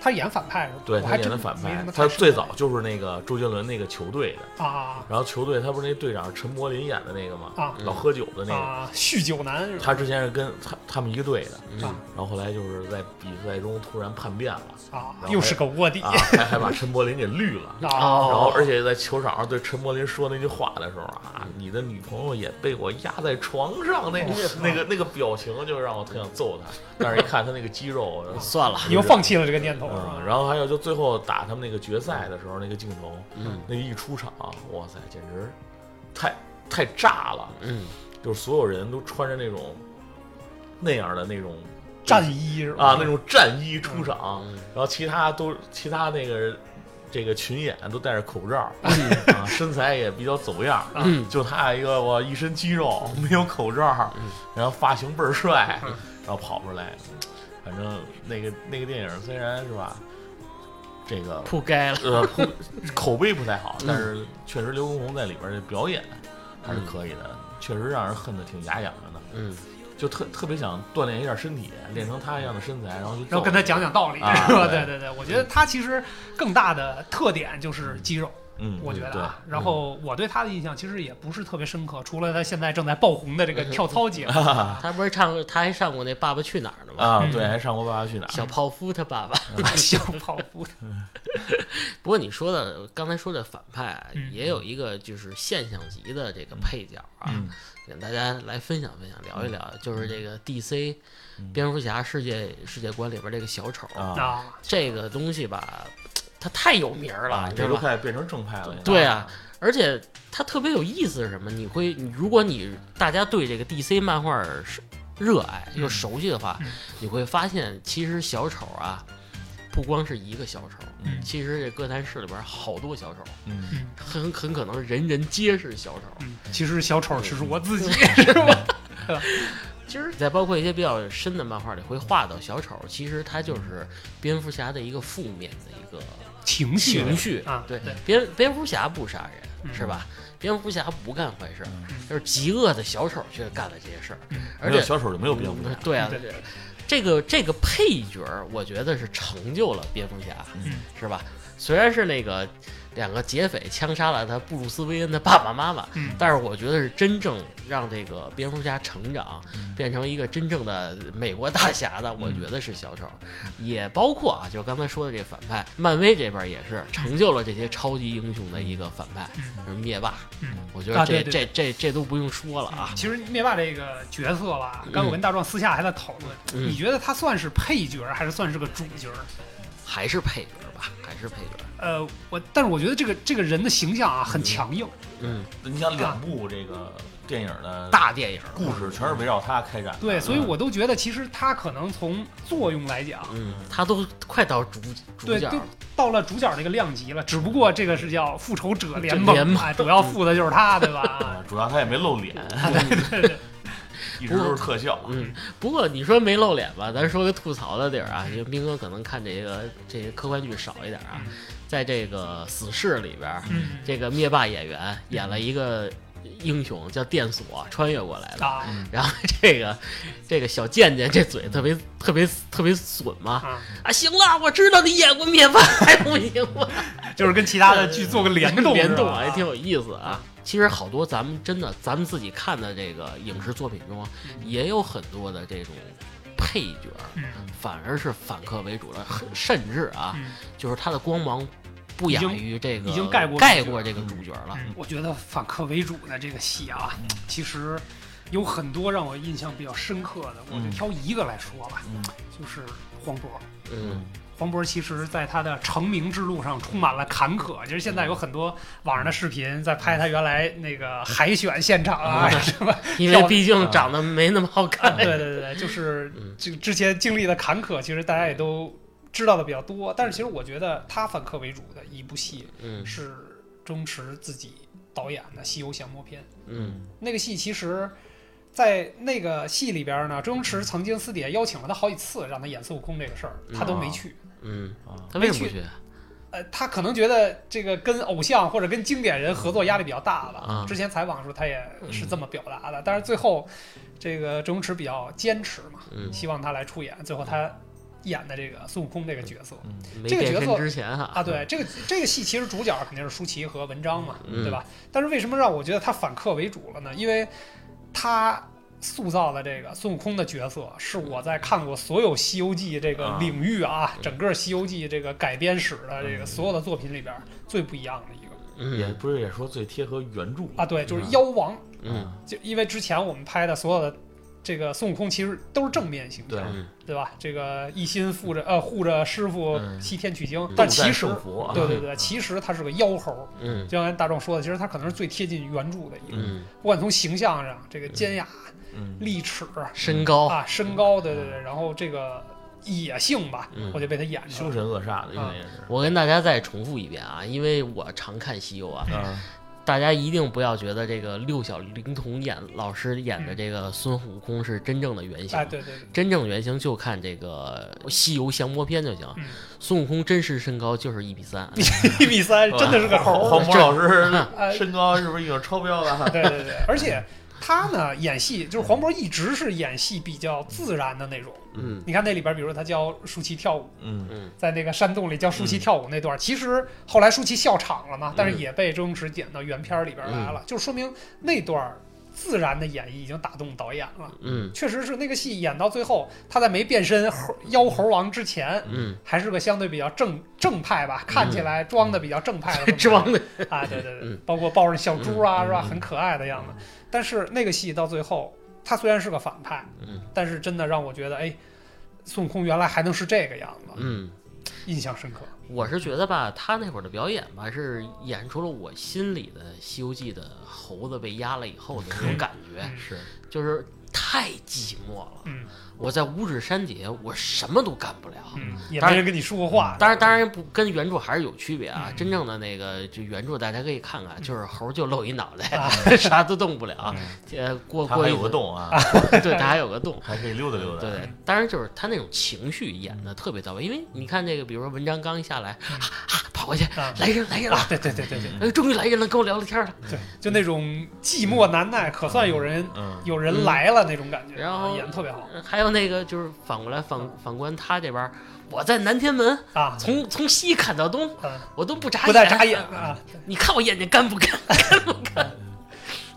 [SPEAKER 3] 他演反派是吧？
[SPEAKER 2] 对
[SPEAKER 3] 我
[SPEAKER 2] 他
[SPEAKER 3] 还
[SPEAKER 2] 演
[SPEAKER 3] 真
[SPEAKER 2] 的反
[SPEAKER 3] 没什
[SPEAKER 2] 派
[SPEAKER 3] 么，太
[SPEAKER 2] 他最
[SPEAKER 3] 熟
[SPEAKER 2] 早就是那个周杰伦那个球队的，
[SPEAKER 3] 啊
[SPEAKER 2] 然后球队他不是那队长是陈柏霖演的那个吗？
[SPEAKER 3] 啊
[SPEAKER 2] 老喝酒的那个，
[SPEAKER 3] 啊，酗酒男是吧？
[SPEAKER 2] 他之前是跟他他们一个队的，
[SPEAKER 1] 嗯
[SPEAKER 3] 啊
[SPEAKER 2] 然后后来就是在比赛中突然叛变了。
[SPEAKER 3] 啊
[SPEAKER 2] 然，后
[SPEAKER 3] 又是个卧底
[SPEAKER 2] 啊，还还把陈柏霖给绿了，
[SPEAKER 3] 啊
[SPEAKER 2] 然后
[SPEAKER 1] 哦，
[SPEAKER 2] 而且在球场上对陈柏霖说那句话的时候啊，你的女朋友也被我压在床上，那那个那个表情就让我特想揍他。但是一看他那个肌肉，
[SPEAKER 1] 算了，
[SPEAKER 3] 你又放弃了这个念头是
[SPEAKER 2] 嗯，
[SPEAKER 3] 吧？
[SPEAKER 2] 然后还有就最后打他们那个决赛的时候那个镜头，
[SPEAKER 1] 嗯
[SPEAKER 2] 那一出场，哇塞，简直太太炸了！
[SPEAKER 1] 嗯，
[SPEAKER 2] 就是所有人都穿着那种那样的那种
[SPEAKER 3] 战衣是吧？
[SPEAKER 2] 啊那种战衣出场，
[SPEAKER 1] 嗯
[SPEAKER 2] 然后其他都其他那个这个群演都戴着口罩， 啊，身材也比较走样。
[SPEAKER 3] 啊
[SPEAKER 1] 嗯
[SPEAKER 2] 就他一个我一身肌肉，没有口罩，然后发型倍儿帅，
[SPEAKER 3] 嗯
[SPEAKER 2] 然后跑出来，反正那个那个电影虽然是吧，这个嗯
[SPEAKER 1] 铺盖了。
[SPEAKER 2] 呃不口碑不太好，但是确实刘畊宏在里边的表演还是可以的，确实让人恨得挺牙痒痒的，
[SPEAKER 1] 嗯，
[SPEAKER 2] 就特特别想锻炼一下身体，练成他一样的身材，然后就
[SPEAKER 3] 然后跟他讲讲道理，
[SPEAKER 2] 啊
[SPEAKER 3] 是吧？
[SPEAKER 2] 对
[SPEAKER 3] 对对对，我觉得他其实更大的特点就是肌肉，
[SPEAKER 2] 嗯，
[SPEAKER 3] 我觉得
[SPEAKER 2] 对嗯
[SPEAKER 3] 啊。然后我对他的印象其实也不是特别深刻，除了他现在正在爆红的这个跳 操节目，啊
[SPEAKER 1] 他不是唱，他还上过那《爸爸去哪儿》呢吗？
[SPEAKER 2] 啊，
[SPEAKER 3] 嗯
[SPEAKER 2] 对，还上过《爸爸去哪儿》
[SPEAKER 1] 小泡芙他爸爸。
[SPEAKER 3] 小跑步的
[SPEAKER 1] 不过你说的刚才说的反派啊
[SPEAKER 3] 嗯
[SPEAKER 1] 也有一个就是现象级的这个配角啊，
[SPEAKER 2] 嗯
[SPEAKER 1] 给大家来分享分享，聊一聊，就是这个 DC 蝙蝠侠世界世界观里边这个小丑，
[SPEAKER 2] 啊，
[SPEAKER 3] 啊，
[SPEAKER 1] 这个东西吧，它太有名儿了，
[SPEAKER 2] 啊
[SPEAKER 1] 你知
[SPEAKER 2] 这
[SPEAKER 1] 道
[SPEAKER 2] 都
[SPEAKER 1] 吧？
[SPEAKER 2] 快变成正派了，
[SPEAKER 1] 对啊，而且它特别有意思是什么？你会，你如果你大家对这个 DC 漫画儿是热爱又
[SPEAKER 3] 嗯
[SPEAKER 1] 熟悉的话，
[SPEAKER 3] 嗯
[SPEAKER 1] 你会发现其实小丑啊，不光是一个小丑，
[SPEAKER 3] 嗯
[SPEAKER 1] 其实这哥谭市里边儿好多小丑，
[SPEAKER 2] 嗯，
[SPEAKER 3] 嗯
[SPEAKER 1] 很很可能人人皆是小丑。
[SPEAKER 3] 嗯，其实小丑只是我自己，是吧？
[SPEAKER 1] 其实再包括一些比较深的漫画里会画到小丑，其实他就是蝙蝠侠的一个负面的一个
[SPEAKER 3] 情绪
[SPEAKER 1] 情绪
[SPEAKER 3] 啊
[SPEAKER 1] 对
[SPEAKER 3] 对，
[SPEAKER 1] 蝙蝙蝠侠不杀人、
[SPEAKER 3] 嗯
[SPEAKER 1] 是吧？蝙蝠侠不干坏事儿
[SPEAKER 2] 嗯，
[SPEAKER 1] 就是极恶的小丑却干了这些事儿，
[SPEAKER 3] 嗯
[SPEAKER 1] 而
[SPEAKER 2] 没有
[SPEAKER 1] 且
[SPEAKER 2] 小丑就没有蝙蝠侠，
[SPEAKER 1] 对啊，
[SPEAKER 3] 对
[SPEAKER 1] 这个这个配角儿，我觉得是成就了蝙蝠侠，
[SPEAKER 2] 嗯
[SPEAKER 1] 是吧？虽然是那个两个劫匪枪杀了他布鲁斯·韦恩的爸爸妈妈，
[SPEAKER 3] 嗯
[SPEAKER 1] 但是我觉得是真正让这个蝙蝠侠成长
[SPEAKER 2] 嗯，
[SPEAKER 1] 变成一个真正的美国大侠
[SPEAKER 3] 嗯
[SPEAKER 1] 的，我觉得是小丑，也包括啊，就刚才说的这反派，漫威这边也是成就了这些超级英雄的一个反派，
[SPEAKER 3] 嗯
[SPEAKER 1] 就是灭霸。
[SPEAKER 3] 嗯，
[SPEAKER 1] 我觉得
[SPEAKER 3] 啊
[SPEAKER 1] 这
[SPEAKER 3] 对对
[SPEAKER 1] 这这这都不用说了啊，
[SPEAKER 3] 其实灭霸这个角色吧，
[SPEAKER 2] 嗯
[SPEAKER 3] 刚我跟大壮私下还在讨论，
[SPEAKER 1] 嗯
[SPEAKER 3] 你觉得他算是配角还是算是个主角？嗯
[SPEAKER 1] 还是配角吧，还是配角。
[SPEAKER 3] 呃，我但是我觉得这个这个人的形象啊很强硬，
[SPEAKER 1] 嗯，
[SPEAKER 2] 你想两部这个电影的
[SPEAKER 1] 大电影，
[SPEAKER 2] 故事全是围绕他开展的，
[SPEAKER 3] 对，所以我都觉得其实他可能从作用来讲，
[SPEAKER 1] 嗯，他都快到主主
[SPEAKER 3] 对
[SPEAKER 1] 角
[SPEAKER 3] 对
[SPEAKER 1] 了。，
[SPEAKER 3] 到了主角这个量级了，只不过这个是叫复仇者联盟，
[SPEAKER 1] 联盟
[SPEAKER 3] 哎，主要负的就是他，对吧？
[SPEAKER 2] 啊，主要他也没露脸， 一直都是特效。啊
[SPEAKER 1] 嗯，不过你说没露脸吧，咱说个吐槽的地儿啊，就兵哥可能看这个这些科幻剧少一点啊，在这个死侍里边儿，
[SPEAKER 3] 嗯，
[SPEAKER 1] 这个灭霸演员演了一个英雄叫电锁穿越过来的，
[SPEAKER 3] 啊
[SPEAKER 1] 然后这个这个小贱贱这嘴特别特别特别损嘛，
[SPEAKER 3] 啊，
[SPEAKER 1] 啊，行了，我知道你演过灭霸，还不行吗？
[SPEAKER 3] 就是跟其他的剧做个联 动，
[SPEAKER 1] 联动
[SPEAKER 3] 啊，
[SPEAKER 1] 啊，也挺有意思啊。其实好多咱们真的咱们自己看的这个影视作品中啊，也有很多的这种配角，
[SPEAKER 3] 嗯
[SPEAKER 1] 反而是反客为主的，很甚至啊，
[SPEAKER 3] 嗯
[SPEAKER 1] 就是他的光芒不亚
[SPEAKER 3] 已经
[SPEAKER 1] 于这个
[SPEAKER 3] 已经盖过
[SPEAKER 1] 盖
[SPEAKER 3] 主角
[SPEAKER 1] 过
[SPEAKER 3] 了
[SPEAKER 1] 这个主角了。
[SPEAKER 3] 嗯我觉得反客为主的这个戏啊，其实有很多让我印象比较深刻的，我就
[SPEAKER 2] 嗯
[SPEAKER 3] 挑一个来说吧，
[SPEAKER 2] 嗯
[SPEAKER 3] 就是黄渤。
[SPEAKER 1] 嗯
[SPEAKER 3] 黄渤其实在他的成名之路上充满了坎坷，就是现在有很多网上的视频在拍他原来那个海选现场啊
[SPEAKER 1] 嗯
[SPEAKER 3] 什么，
[SPEAKER 1] 因为毕
[SPEAKER 3] 嗯
[SPEAKER 1] 竟长得没那么好 看。
[SPEAKER 3] 对对对对，就是
[SPEAKER 1] 嗯
[SPEAKER 3] 这之前经历的坎坷，其实大家也都知道的比较多。但是其实我觉得他反客为主的一部戏
[SPEAKER 1] 嗯
[SPEAKER 3] 是周星驰自己导演的《西游降魔篇》，
[SPEAKER 1] 嗯
[SPEAKER 3] 那个戏其实。在那个戏里边呢，周星驰曾经私底下邀请了他好几次，让他演孙悟空这个事儿，他都没
[SPEAKER 2] 嗯
[SPEAKER 3] 去。
[SPEAKER 1] 嗯，
[SPEAKER 2] 啊，
[SPEAKER 1] 他为什么不去？
[SPEAKER 3] 呃，他可能觉得这个跟偶像或者跟经典人合作压力比较大吧。
[SPEAKER 1] 啊嗯
[SPEAKER 3] 之前采访的时候他也是这么表达的，但是最后这个周星驰比较坚持嘛，
[SPEAKER 1] 嗯，
[SPEAKER 3] 希望他来出演。最后他演的这个孙悟空这个角色
[SPEAKER 1] 没
[SPEAKER 3] 这个
[SPEAKER 1] 变
[SPEAKER 3] 角
[SPEAKER 1] 身
[SPEAKER 3] 色
[SPEAKER 1] 之前啊
[SPEAKER 3] 啊，对，这个这个戏其实主角肯定是舒淇和文章嘛，
[SPEAKER 1] 嗯
[SPEAKER 3] 对吧？但是为什么让我觉得他反客为主了呢？因为他。塑造的这个孙悟空的角色，是我在看过所有《西游记》这个
[SPEAKER 2] 啊
[SPEAKER 3] 领域啊，整个《西游记》这个改编史的这个
[SPEAKER 2] 嗯
[SPEAKER 3] 所有的作品里边最不一样的一个
[SPEAKER 2] 也
[SPEAKER 1] 嗯
[SPEAKER 2] 不是也说最贴合原著啊
[SPEAKER 3] 啊，对，就是
[SPEAKER 2] 嗯
[SPEAKER 3] 妖王，
[SPEAKER 1] 嗯
[SPEAKER 3] 就因为之前我们拍的所有的这个孙悟空其实都是正面形
[SPEAKER 2] 对
[SPEAKER 3] 象，
[SPEAKER 1] 嗯
[SPEAKER 3] 对吧？这个一心护着呃护着师傅
[SPEAKER 2] 嗯
[SPEAKER 3] 西天取经，
[SPEAKER 1] 嗯
[SPEAKER 3] 但其实
[SPEAKER 2] 圣佛啊，
[SPEAKER 3] 对对对，其实他是个妖猴，
[SPEAKER 1] 嗯
[SPEAKER 3] 就像大壮说的，其实他可能是最贴近原著的一个，
[SPEAKER 1] 嗯，
[SPEAKER 3] 不管从形象上，这个尖牙、
[SPEAKER 2] 嗯，
[SPEAKER 3] 利齿
[SPEAKER 1] 身高
[SPEAKER 3] 啊、身高，对对对，然后这个野性吧，
[SPEAKER 1] 嗯
[SPEAKER 3] 我就被他演出
[SPEAKER 2] 凶
[SPEAKER 3] 来。
[SPEAKER 2] 神恶煞的，应该也是。
[SPEAKER 1] 我跟大家再重复一遍啊，因为我常看西游啊，
[SPEAKER 2] 啊，
[SPEAKER 1] 大家一定不要觉得这个六小龄童演老师演的这个孙悟空是真正的原型
[SPEAKER 3] 哎，，嗯对对对，
[SPEAKER 1] 真正原型就看这个《西游降魔篇》就行
[SPEAKER 3] 嗯。
[SPEAKER 1] 孙悟空真实身高就是一米 三，
[SPEAKER 3] 一比三真的是个猴
[SPEAKER 2] 黄黄
[SPEAKER 3] 儿。
[SPEAKER 2] 渤老
[SPEAKER 3] 哎
[SPEAKER 2] 师身高是不是已经超标了？
[SPEAKER 3] 对对对，而且他呢演戏就是黄渤一直是演戏比较自然的那种。
[SPEAKER 1] 嗯
[SPEAKER 3] 你看那里边，比如他教舒淇跳舞，
[SPEAKER 2] 嗯，
[SPEAKER 1] 嗯
[SPEAKER 3] 在那个山洞里教舒淇跳舞那段，其实后来舒淇笑场了嘛，但是
[SPEAKER 1] 嗯
[SPEAKER 3] 也被周星驰剪到原片里边来了，就说明那段自然的演绎已经打动导演了。
[SPEAKER 1] 嗯
[SPEAKER 3] 确实是那个戏演到最后，他在没变身猴妖猴王之前，
[SPEAKER 1] 嗯，
[SPEAKER 3] 还是个相对比较正正派吧，看起来装的比较正派的这么一 个
[SPEAKER 1] 装的
[SPEAKER 3] 啊，对对对
[SPEAKER 1] 嗯，
[SPEAKER 3] 包括抱着小猪啊，
[SPEAKER 1] 嗯
[SPEAKER 3] 是吧？
[SPEAKER 1] 嗯
[SPEAKER 3] 很可爱的样子。但是那个戏到最后，他虽然是个反派，
[SPEAKER 1] 嗯
[SPEAKER 3] 但是真的让我觉得，哎，孙悟空原来还能是这个样子，
[SPEAKER 1] 嗯。
[SPEAKER 3] 印象深刻。
[SPEAKER 1] 我是觉得吧，他那会儿的表演吧，是演出了我心里的《西游记》的猴子被压了以后的那种感觉，
[SPEAKER 3] 嗯
[SPEAKER 2] 是，
[SPEAKER 1] 就是太寂寞了。
[SPEAKER 3] 嗯
[SPEAKER 1] 我在五指山底下，我什么都干不了。
[SPEAKER 3] 嗯，也
[SPEAKER 1] 当然
[SPEAKER 3] 没人跟你说过话。
[SPEAKER 1] 当然，当然不跟原著还是有区别啊。
[SPEAKER 3] 嗯
[SPEAKER 1] 真正的那个就原著，大家可以看看，就是猴就露一脑袋，
[SPEAKER 3] 啊， 嗯
[SPEAKER 1] 啥都动不了。呃，过
[SPEAKER 2] 啊他
[SPEAKER 1] 过
[SPEAKER 2] 还
[SPEAKER 1] 一
[SPEAKER 2] 有个
[SPEAKER 1] 会
[SPEAKER 2] 洞啊，
[SPEAKER 1] 儿，对，它还有个 洞。
[SPEAKER 2] 还可以溜达溜达。
[SPEAKER 1] 对，当然就是他那种情绪演
[SPEAKER 3] 嗯
[SPEAKER 1] 的特别到位，因为你看这个，比如说文章刚一下来，啊啊，跑过去，
[SPEAKER 3] 啊
[SPEAKER 1] 来人来人了，
[SPEAKER 3] 对对对对对
[SPEAKER 1] 哎，终于来人了，跟我聊聊天了。
[SPEAKER 3] 对，就那种寂寞难耐，可算有人
[SPEAKER 2] 嗯，
[SPEAKER 3] 有人来了那种感觉，啊
[SPEAKER 1] 然后呃
[SPEAKER 3] 演的特别好
[SPEAKER 1] 还有那个就是反过来反反观他这边儿，我在南天门
[SPEAKER 3] 啊，
[SPEAKER 1] 从嗯从西砍到东，
[SPEAKER 3] 嗯，
[SPEAKER 1] 我都不眨
[SPEAKER 3] 不带眨眼啊，
[SPEAKER 1] 你看我眼睛干不干？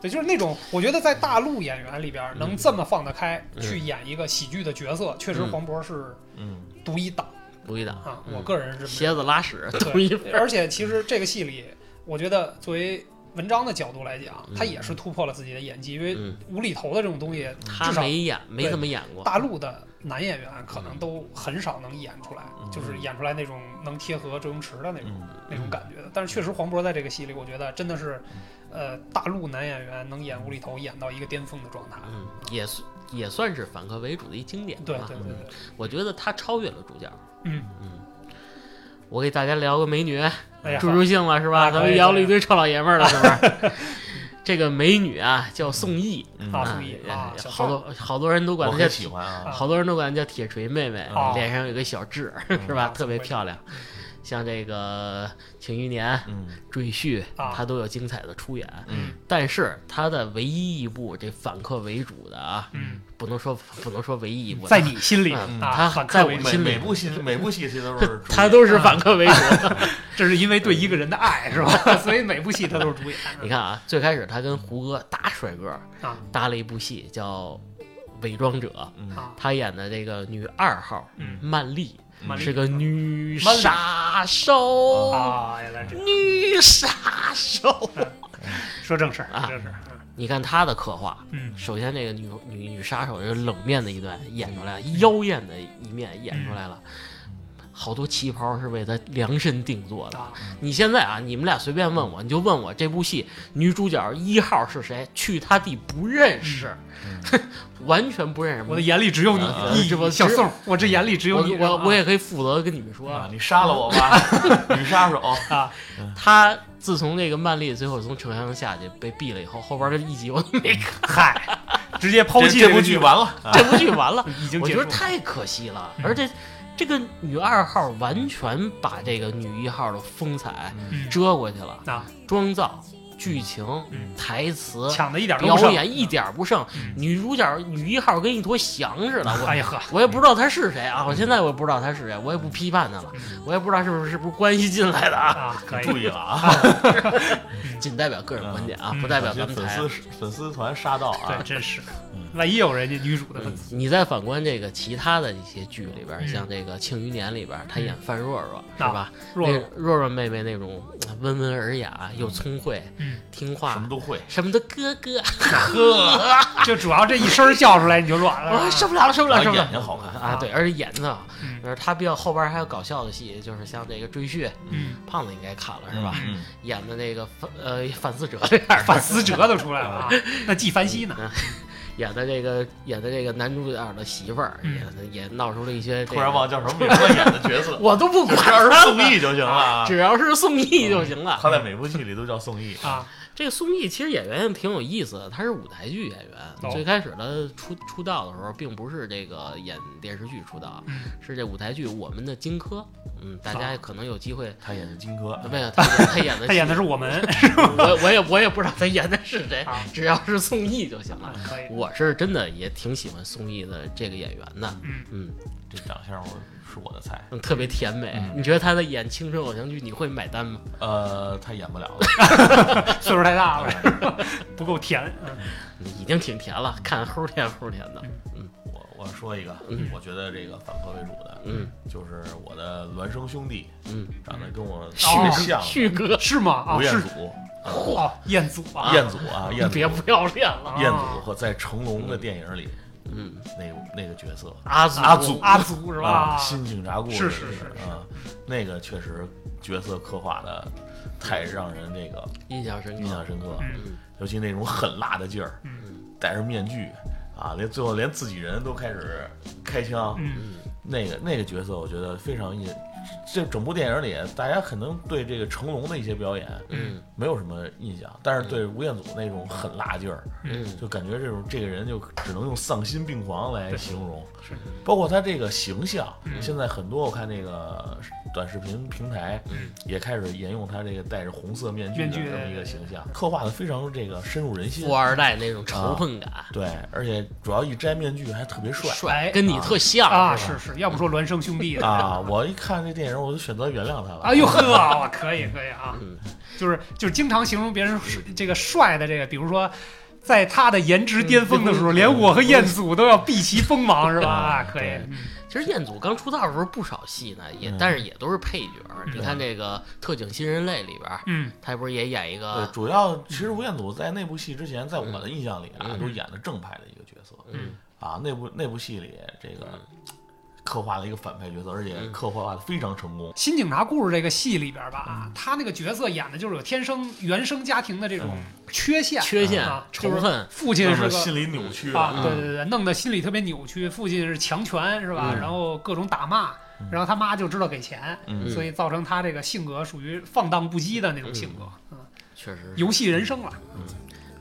[SPEAKER 3] 对，就是那种我觉得在大陆演员里边能这么放得开
[SPEAKER 1] 嗯
[SPEAKER 3] 去演一个喜剧的角色，确实
[SPEAKER 1] 嗯
[SPEAKER 3] 黄渤是
[SPEAKER 2] 嗯，
[SPEAKER 3] 独一档
[SPEAKER 1] 不一档，
[SPEAKER 3] 啊，
[SPEAKER 1] 嗯
[SPEAKER 3] 我个人是没有
[SPEAKER 1] 鞋子拉屎
[SPEAKER 3] 对
[SPEAKER 1] 同一份儿。
[SPEAKER 3] 而且其实这个戏里，我觉得作为文章的角度来讲，他也是突破了自己的演技，因为
[SPEAKER 1] 嗯，
[SPEAKER 3] 无厘头的这种东西，
[SPEAKER 1] 他
[SPEAKER 3] 至少
[SPEAKER 1] 没演，没怎么演过。
[SPEAKER 3] 大陆的男演员可
[SPEAKER 1] 嗯
[SPEAKER 3] 能都很少能演出来，就是演出来那种能贴合周星驰的那种、
[SPEAKER 2] 嗯
[SPEAKER 3] 那种感觉的。但是确实黄渤在这个戏里，我觉得真的是，
[SPEAKER 1] 嗯
[SPEAKER 3] 呃，大陆男演员能演无厘头演到一个巅峰的状态。
[SPEAKER 1] 嗯，也算也算是反客为主的一经典吧。嗯
[SPEAKER 3] 对对对对，
[SPEAKER 1] 我觉得他超越了主角。
[SPEAKER 3] 嗯，
[SPEAKER 1] 我给大家聊个美女，
[SPEAKER 3] 哎呀，
[SPEAKER 1] 助助兴了是吧？
[SPEAKER 3] 啊
[SPEAKER 1] 咱
[SPEAKER 3] 可
[SPEAKER 1] 们
[SPEAKER 3] 以
[SPEAKER 1] 聊
[SPEAKER 3] 可
[SPEAKER 1] 了
[SPEAKER 3] 以
[SPEAKER 1] 一堆臭老爷们儿了，是不是？ 这个美女啊，叫宋轶
[SPEAKER 2] 嗯
[SPEAKER 3] 啊
[SPEAKER 1] 啊
[SPEAKER 3] 宋轶啊，小
[SPEAKER 1] 好多好多人都管
[SPEAKER 2] 我
[SPEAKER 1] 她叫
[SPEAKER 2] 很喜欢啊，
[SPEAKER 3] 啊
[SPEAKER 1] 好多人都管她叫铁锤妹妹，
[SPEAKER 3] 哦
[SPEAKER 1] 脸上有个小痣，
[SPEAKER 3] 嗯
[SPEAKER 1] 是吧？特别漂亮。像这个《庆余年》
[SPEAKER 2] 嗯
[SPEAKER 1] 《赘婿》，
[SPEAKER 3] 啊
[SPEAKER 1] 她都有精彩的出演。
[SPEAKER 2] 嗯
[SPEAKER 1] 但是她的唯一一部这反客为主的啊，
[SPEAKER 3] 嗯，
[SPEAKER 1] 不能说不能说唯一一部，
[SPEAKER 3] 在你心里、
[SPEAKER 1] 嗯
[SPEAKER 3] 啊，
[SPEAKER 1] 他
[SPEAKER 3] 反客
[SPEAKER 1] 在
[SPEAKER 3] 为
[SPEAKER 1] 我
[SPEAKER 3] 主
[SPEAKER 2] 每
[SPEAKER 1] 心里
[SPEAKER 2] 每部戏每部戏其实都是主
[SPEAKER 1] 她
[SPEAKER 2] 演
[SPEAKER 1] 都是反客为主。
[SPEAKER 3] 这是因为对一个人的爱是吧？ 所以每部戏他都是主演
[SPEAKER 1] 你看啊，最开始她跟胡歌大帅哥
[SPEAKER 3] 啊
[SPEAKER 1] 搭了一部戏叫《伪装者》，
[SPEAKER 2] 嗯
[SPEAKER 3] 啊，
[SPEAKER 1] 她演的这个女二号
[SPEAKER 3] 嗯
[SPEAKER 1] 曼丽
[SPEAKER 3] 曼丽啊
[SPEAKER 1] 是个女
[SPEAKER 3] 曼丽
[SPEAKER 1] 杀手，
[SPEAKER 3] 啊，原来这
[SPEAKER 1] 嗯
[SPEAKER 3] 样
[SPEAKER 1] 女杀手。
[SPEAKER 3] 说正事儿，
[SPEAKER 1] 啊
[SPEAKER 3] 说正事儿，
[SPEAKER 1] 你看她的刻画，
[SPEAKER 3] 嗯
[SPEAKER 1] 首先这个女女女杀手这个冷面的一段演出来
[SPEAKER 3] 嗯
[SPEAKER 1] 了，妖艳的一面演出来了，好多旗袍是为她量身定做的。
[SPEAKER 3] 啊，
[SPEAKER 1] 你现在啊，你们俩随便问我，你就问我这部戏女主角一号是谁，去他地不认识，完全不认识。
[SPEAKER 3] 嗯我的眼里只有你，你
[SPEAKER 1] 嗯这不
[SPEAKER 3] 小
[SPEAKER 1] 只
[SPEAKER 3] 宋，我这眼里只有
[SPEAKER 1] 我
[SPEAKER 3] 你，啊
[SPEAKER 1] 我我
[SPEAKER 3] 也
[SPEAKER 1] 也可以负责地跟你们说
[SPEAKER 2] 啊，，你杀了我吧，女杀手，
[SPEAKER 3] 啊，
[SPEAKER 1] 他自从这个曼丽最后从城墙下去被毙了以后，后边这一集我都 没看，
[SPEAKER 3] 嗨，直接抛
[SPEAKER 2] 这
[SPEAKER 3] 弃
[SPEAKER 2] 这
[SPEAKER 3] 个
[SPEAKER 2] 部剧完了啊，
[SPEAKER 1] 这部剧完了，
[SPEAKER 3] 已经
[SPEAKER 1] 我
[SPEAKER 3] 结
[SPEAKER 1] 觉
[SPEAKER 3] 束
[SPEAKER 1] 得
[SPEAKER 3] 了，
[SPEAKER 1] 太可惜了，
[SPEAKER 3] 嗯
[SPEAKER 1] 而且。这个女二号完全把这个女一号的风采
[SPEAKER 3] 嗯
[SPEAKER 1] 遮过去了，
[SPEAKER 3] 啊，
[SPEAKER 1] 妆造、剧情
[SPEAKER 3] 嗯、
[SPEAKER 1] 台词、
[SPEAKER 3] 抢的一点都不
[SPEAKER 1] 表
[SPEAKER 3] 剩，
[SPEAKER 1] 演一点儿不剩
[SPEAKER 3] 嗯，
[SPEAKER 1] 女主角女一号跟一坨翔似的，
[SPEAKER 3] 哎
[SPEAKER 1] 我
[SPEAKER 3] 呀嗯呵，
[SPEAKER 1] 我也不知道她是谁啊，我现在我也不知道她是谁，我也不批判她了，
[SPEAKER 3] 嗯
[SPEAKER 1] 我也不知道是不是是不是关系进来的啊，
[SPEAKER 3] 啊，可
[SPEAKER 2] 注
[SPEAKER 3] 以，
[SPEAKER 2] 意了啊，
[SPEAKER 1] 仅代表个人观点啊，
[SPEAKER 3] 嗯
[SPEAKER 1] 不代 表
[SPEAKER 2] 小
[SPEAKER 1] 咱们
[SPEAKER 2] 心粉
[SPEAKER 1] 台。
[SPEAKER 2] 丝粉丝团杀到啊
[SPEAKER 3] 对，，真是
[SPEAKER 2] 嗯，
[SPEAKER 3] 万一有人家女主的
[SPEAKER 1] 嗯
[SPEAKER 3] 粉丝，
[SPEAKER 1] 你再反观这个其他的一些剧里边儿，
[SPEAKER 3] 嗯
[SPEAKER 1] 像这个《庆余年》里边儿，她演范若若是
[SPEAKER 3] 啊
[SPEAKER 1] 吧？
[SPEAKER 3] 若
[SPEAKER 1] 那若若妹妹那种呃温文尔雅又聪慧、
[SPEAKER 3] 嗯，
[SPEAKER 1] 听
[SPEAKER 2] 什么啊
[SPEAKER 1] 话，
[SPEAKER 2] 都会，
[SPEAKER 1] 什么的哥哥，
[SPEAKER 3] 就主要这一声叫出来你就软了
[SPEAKER 1] 我，受不了了，受不
[SPEAKER 2] 然
[SPEAKER 1] 了，
[SPEAKER 2] 后
[SPEAKER 1] 受不了
[SPEAKER 2] 眼睛啊好看，
[SPEAKER 1] 啊！对，而且演的，
[SPEAKER 3] 嗯
[SPEAKER 1] 而她比较后边儿还有搞笑的戏，就是像这个《赘婿》，
[SPEAKER 3] 嗯，
[SPEAKER 1] 胖子应该看了是吧？
[SPEAKER 2] 嗯，
[SPEAKER 1] 演的那个反呃反思者 这样的，
[SPEAKER 3] 反思哲都出来了啊，
[SPEAKER 1] 嗯
[SPEAKER 3] 那纪梵希呢？
[SPEAKER 1] 演的这个演的这个男主角的媳妇儿也也闹出了一些这个
[SPEAKER 2] 嗯突然忘叫什么名字演的角 色，
[SPEAKER 1] 我都不
[SPEAKER 2] 只
[SPEAKER 1] 管
[SPEAKER 2] 要 是
[SPEAKER 1] 了
[SPEAKER 2] 宋轶就行了啊，嗯
[SPEAKER 1] 只要是宋轶就行了。
[SPEAKER 2] 他在每部剧里都叫宋轶，
[SPEAKER 3] 啊，
[SPEAKER 1] 这个宋轶其实演员挺有意思的，她是舞台剧演员。
[SPEAKER 3] 哦
[SPEAKER 1] 最开始她出出道的时候，并不是这个演电视剧出道，是这舞台剧《我们的荆轲》。嗯，大家
[SPEAKER 3] 嗯啊
[SPEAKER 1] 可能有机会。
[SPEAKER 2] 他演的荆轲，
[SPEAKER 1] 没有，她演她演的，
[SPEAKER 3] 她演的是我们，
[SPEAKER 1] 我，我也我也不知道她演的是谁
[SPEAKER 3] 啊，
[SPEAKER 1] 只要是宋轶就行了
[SPEAKER 3] 啊。可以，
[SPEAKER 1] 我是真的也挺喜欢宋轶的这个演员的，
[SPEAKER 3] 嗯
[SPEAKER 1] 嗯
[SPEAKER 2] 这长相我是我的菜，
[SPEAKER 1] 嗯，特别甜美。
[SPEAKER 2] 嗯
[SPEAKER 1] 你觉得她在演青春偶像剧，你会买单吗？
[SPEAKER 2] 呃，他演不了了，
[SPEAKER 3] 岁数太大 了，不够甜，嗯
[SPEAKER 1] 已经挺甜了，看齁甜齁甜的。
[SPEAKER 2] 我我说一个，我觉得这个反客为主的，
[SPEAKER 1] 嗯
[SPEAKER 2] 就是我的孪生兄弟，
[SPEAKER 1] 嗯，
[SPEAKER 2] 长得跟我
[SPEAKER 1] 旭
[SPEAKER 2] 特别
[SPEAKER 1] 旭
[SPEAKER 2] 像，
[SPEAKER 1] 旭哥，
[SPEAKER 3] 哦是吗？啊，
[SPEAKER 2] 吴彦
[SPEAKER 3] 是哦
[SPEAKER 2] 祖，
[SPEAKER 3] 嚯，彦祖啊，
[SPEAKER 2] 彦祖啊，
[SPEAKER 1] 你
[SPEAKER 2] 彦祖，
[SPEAKER 1] 别不要脸了。啊
[SPEAKER 2] 彦祖和在成龙的电影里
[SPEAKER 1] 嗯，
[SPEAKER 2] 那那个角色
[SPEAKER 1] 阿祖
[SPEAKER 2] 阿祖
[SPEAKER 3] 阿祖是吧
[SPEAKER 2] 啊，？新警察故事
[SPEAKER 3] 是是
[SPEAKER 2] 里
[SPEAKER 3] 是
[SPEAKER 2] 边啊，那个确实角色刻画的太让人这个
[SPEAKER 1] 印象深
[SPEAKER 2] 印象
[SPEAKER 1] 刻。
[SPEAKER 2] 深刻，
[SPEAKER 3] 嗯
[SPEAKER 2] 尤其那种狠辣的劲儿，
[SPEAKER 3] 嗯
[SPEAKER 2] 戴着面具啊，连最后连自己人都开始开枪，
[SPEAKER 3] 嗯。
[SPEAKER 2] 那个那个角色我觉得非常印这整部电影里，大家可能对这个成龙的一些表演
[SPEAKER 1] 嗯
[SPEAKER 2] 没有什么印象，但是对吴彦祖那种狠辣劲儿，
[SPEAKER 1] 嗯
[SPEAKER 2] 就感觉这种这个人就只能用丧心病狂来
[SPEAKER 3] 对
[SPEAKER 2] 形容
[SPEAKER 3] 是，
[SPEAKER 2] 包括他这个形象。
[SPEAKER 3] 嗯
[SPEAKER 2] 现在很多我看这个短视频平台
[SPEAKER 1] 嗯
[SPEAKER 2] 也开始沿用他这个戴着红色面具的
[SPEAKER 3] 面具
[SPEAKER 2] 这么一个形象，刻画的非常这个深入人心
[SPEAKER 1] 富。二代那种
[SPEAKER 2] 啊
[SPEAKER 1] 仇恨感，
[SPEAKER 2] 对，而且主要一摘面具还特别帅
[SPEAKER 1] 帅，跟你特像
[SPEAKER 3] 啊，
[SPEAKER 1] 是吧
[SPEAKER 3] 是是，要不说孪生兄弟呢
[SPEAKER 2] 啊！我一看这电影，我就选择原谅他了。
[SPEAKER 3] 哎呦呵啊，我可以可以啊
[SPEAKER 1] 嗯，
[SPEAKER 3] 就是就是经常形容别人是这个帅的这个，比如说。在他的颜值巅峰的时
[SPEAKER 1] 嗯
[SPEAKER 3] 候，连我和彦祖都要避其锋芒，是吧？啊，可以，
[SPEAKER 2] 对
[SPEAKER 3] 嗯
[SPEAKER 1] 其实彦祖刚出道的时候不少戏呢，也
[SPEAKER 2] 嗯
[SPEAKER 1] 但是也都是配角儿。你
[SPEAKER 2] 嗯
[SPEAKER 1] 看这个《特警新人类》里边儿，
[SPEAKER 3] 嗯，
[SPEAKER 1] 他不是也演一
[SPEAKER 2] 对，
[SPEAKER 1] 个
[SPEAKER 2] 主要其实吴彦祖在那部戏之前，在我的印象里啊，
[SPEAKER 1] 嗯
[SPEAKER 2] 都演的正派的一个角色
[SPEAKER 1] 嗯
[SPEAKER 2] 啊。那部那部戏里，这个刻画了一个反派角色，而且
[SPEAKER 1] 嗯
[SPEAKER 2] 刻画的非常成功。
[SPEAKER 3] 《新警察故事》这个戏里边吧，啊他那个角色演的就是有天生原生家庭的这种缺陷，
[SPEAKER 1] 嗯缺陷
[SPEAKER 3] 啊、
[SPEAKER 1] 仇
[SPEAKER 3] 就是
[SPEAKER 1] 恨
[SPEAKER 2] 嗯
[SPEAKER 3] 父
[SPEAKER 2] 就
[SPEAKER 3] 亲是
[SPEAKER 2] 是
[SPEAKER 3] 个
[SPEAKER 2] 心理扭曲
[SPEAKER 3] 啊，
[SPEAKER 2] 嗯
[SPEAKER 3] 对对对，弄得心里特别扭曲。父亲是强权是吧？
[SPEAKER 1] 嗯
[SPEAKER 3] 然后各种打骂，
[SPEAKER 2] 嗯
[SPEAKER 3] 然后他妈就知道给钱，
[SPEAKER 2] 嗯
[SPEAKER 3] 所以造成他这个性格属于放荡不羁的那种性格，嗯，
[SPEAKER 1] 确实是，
[SPEAKER 3] 游戏人生了。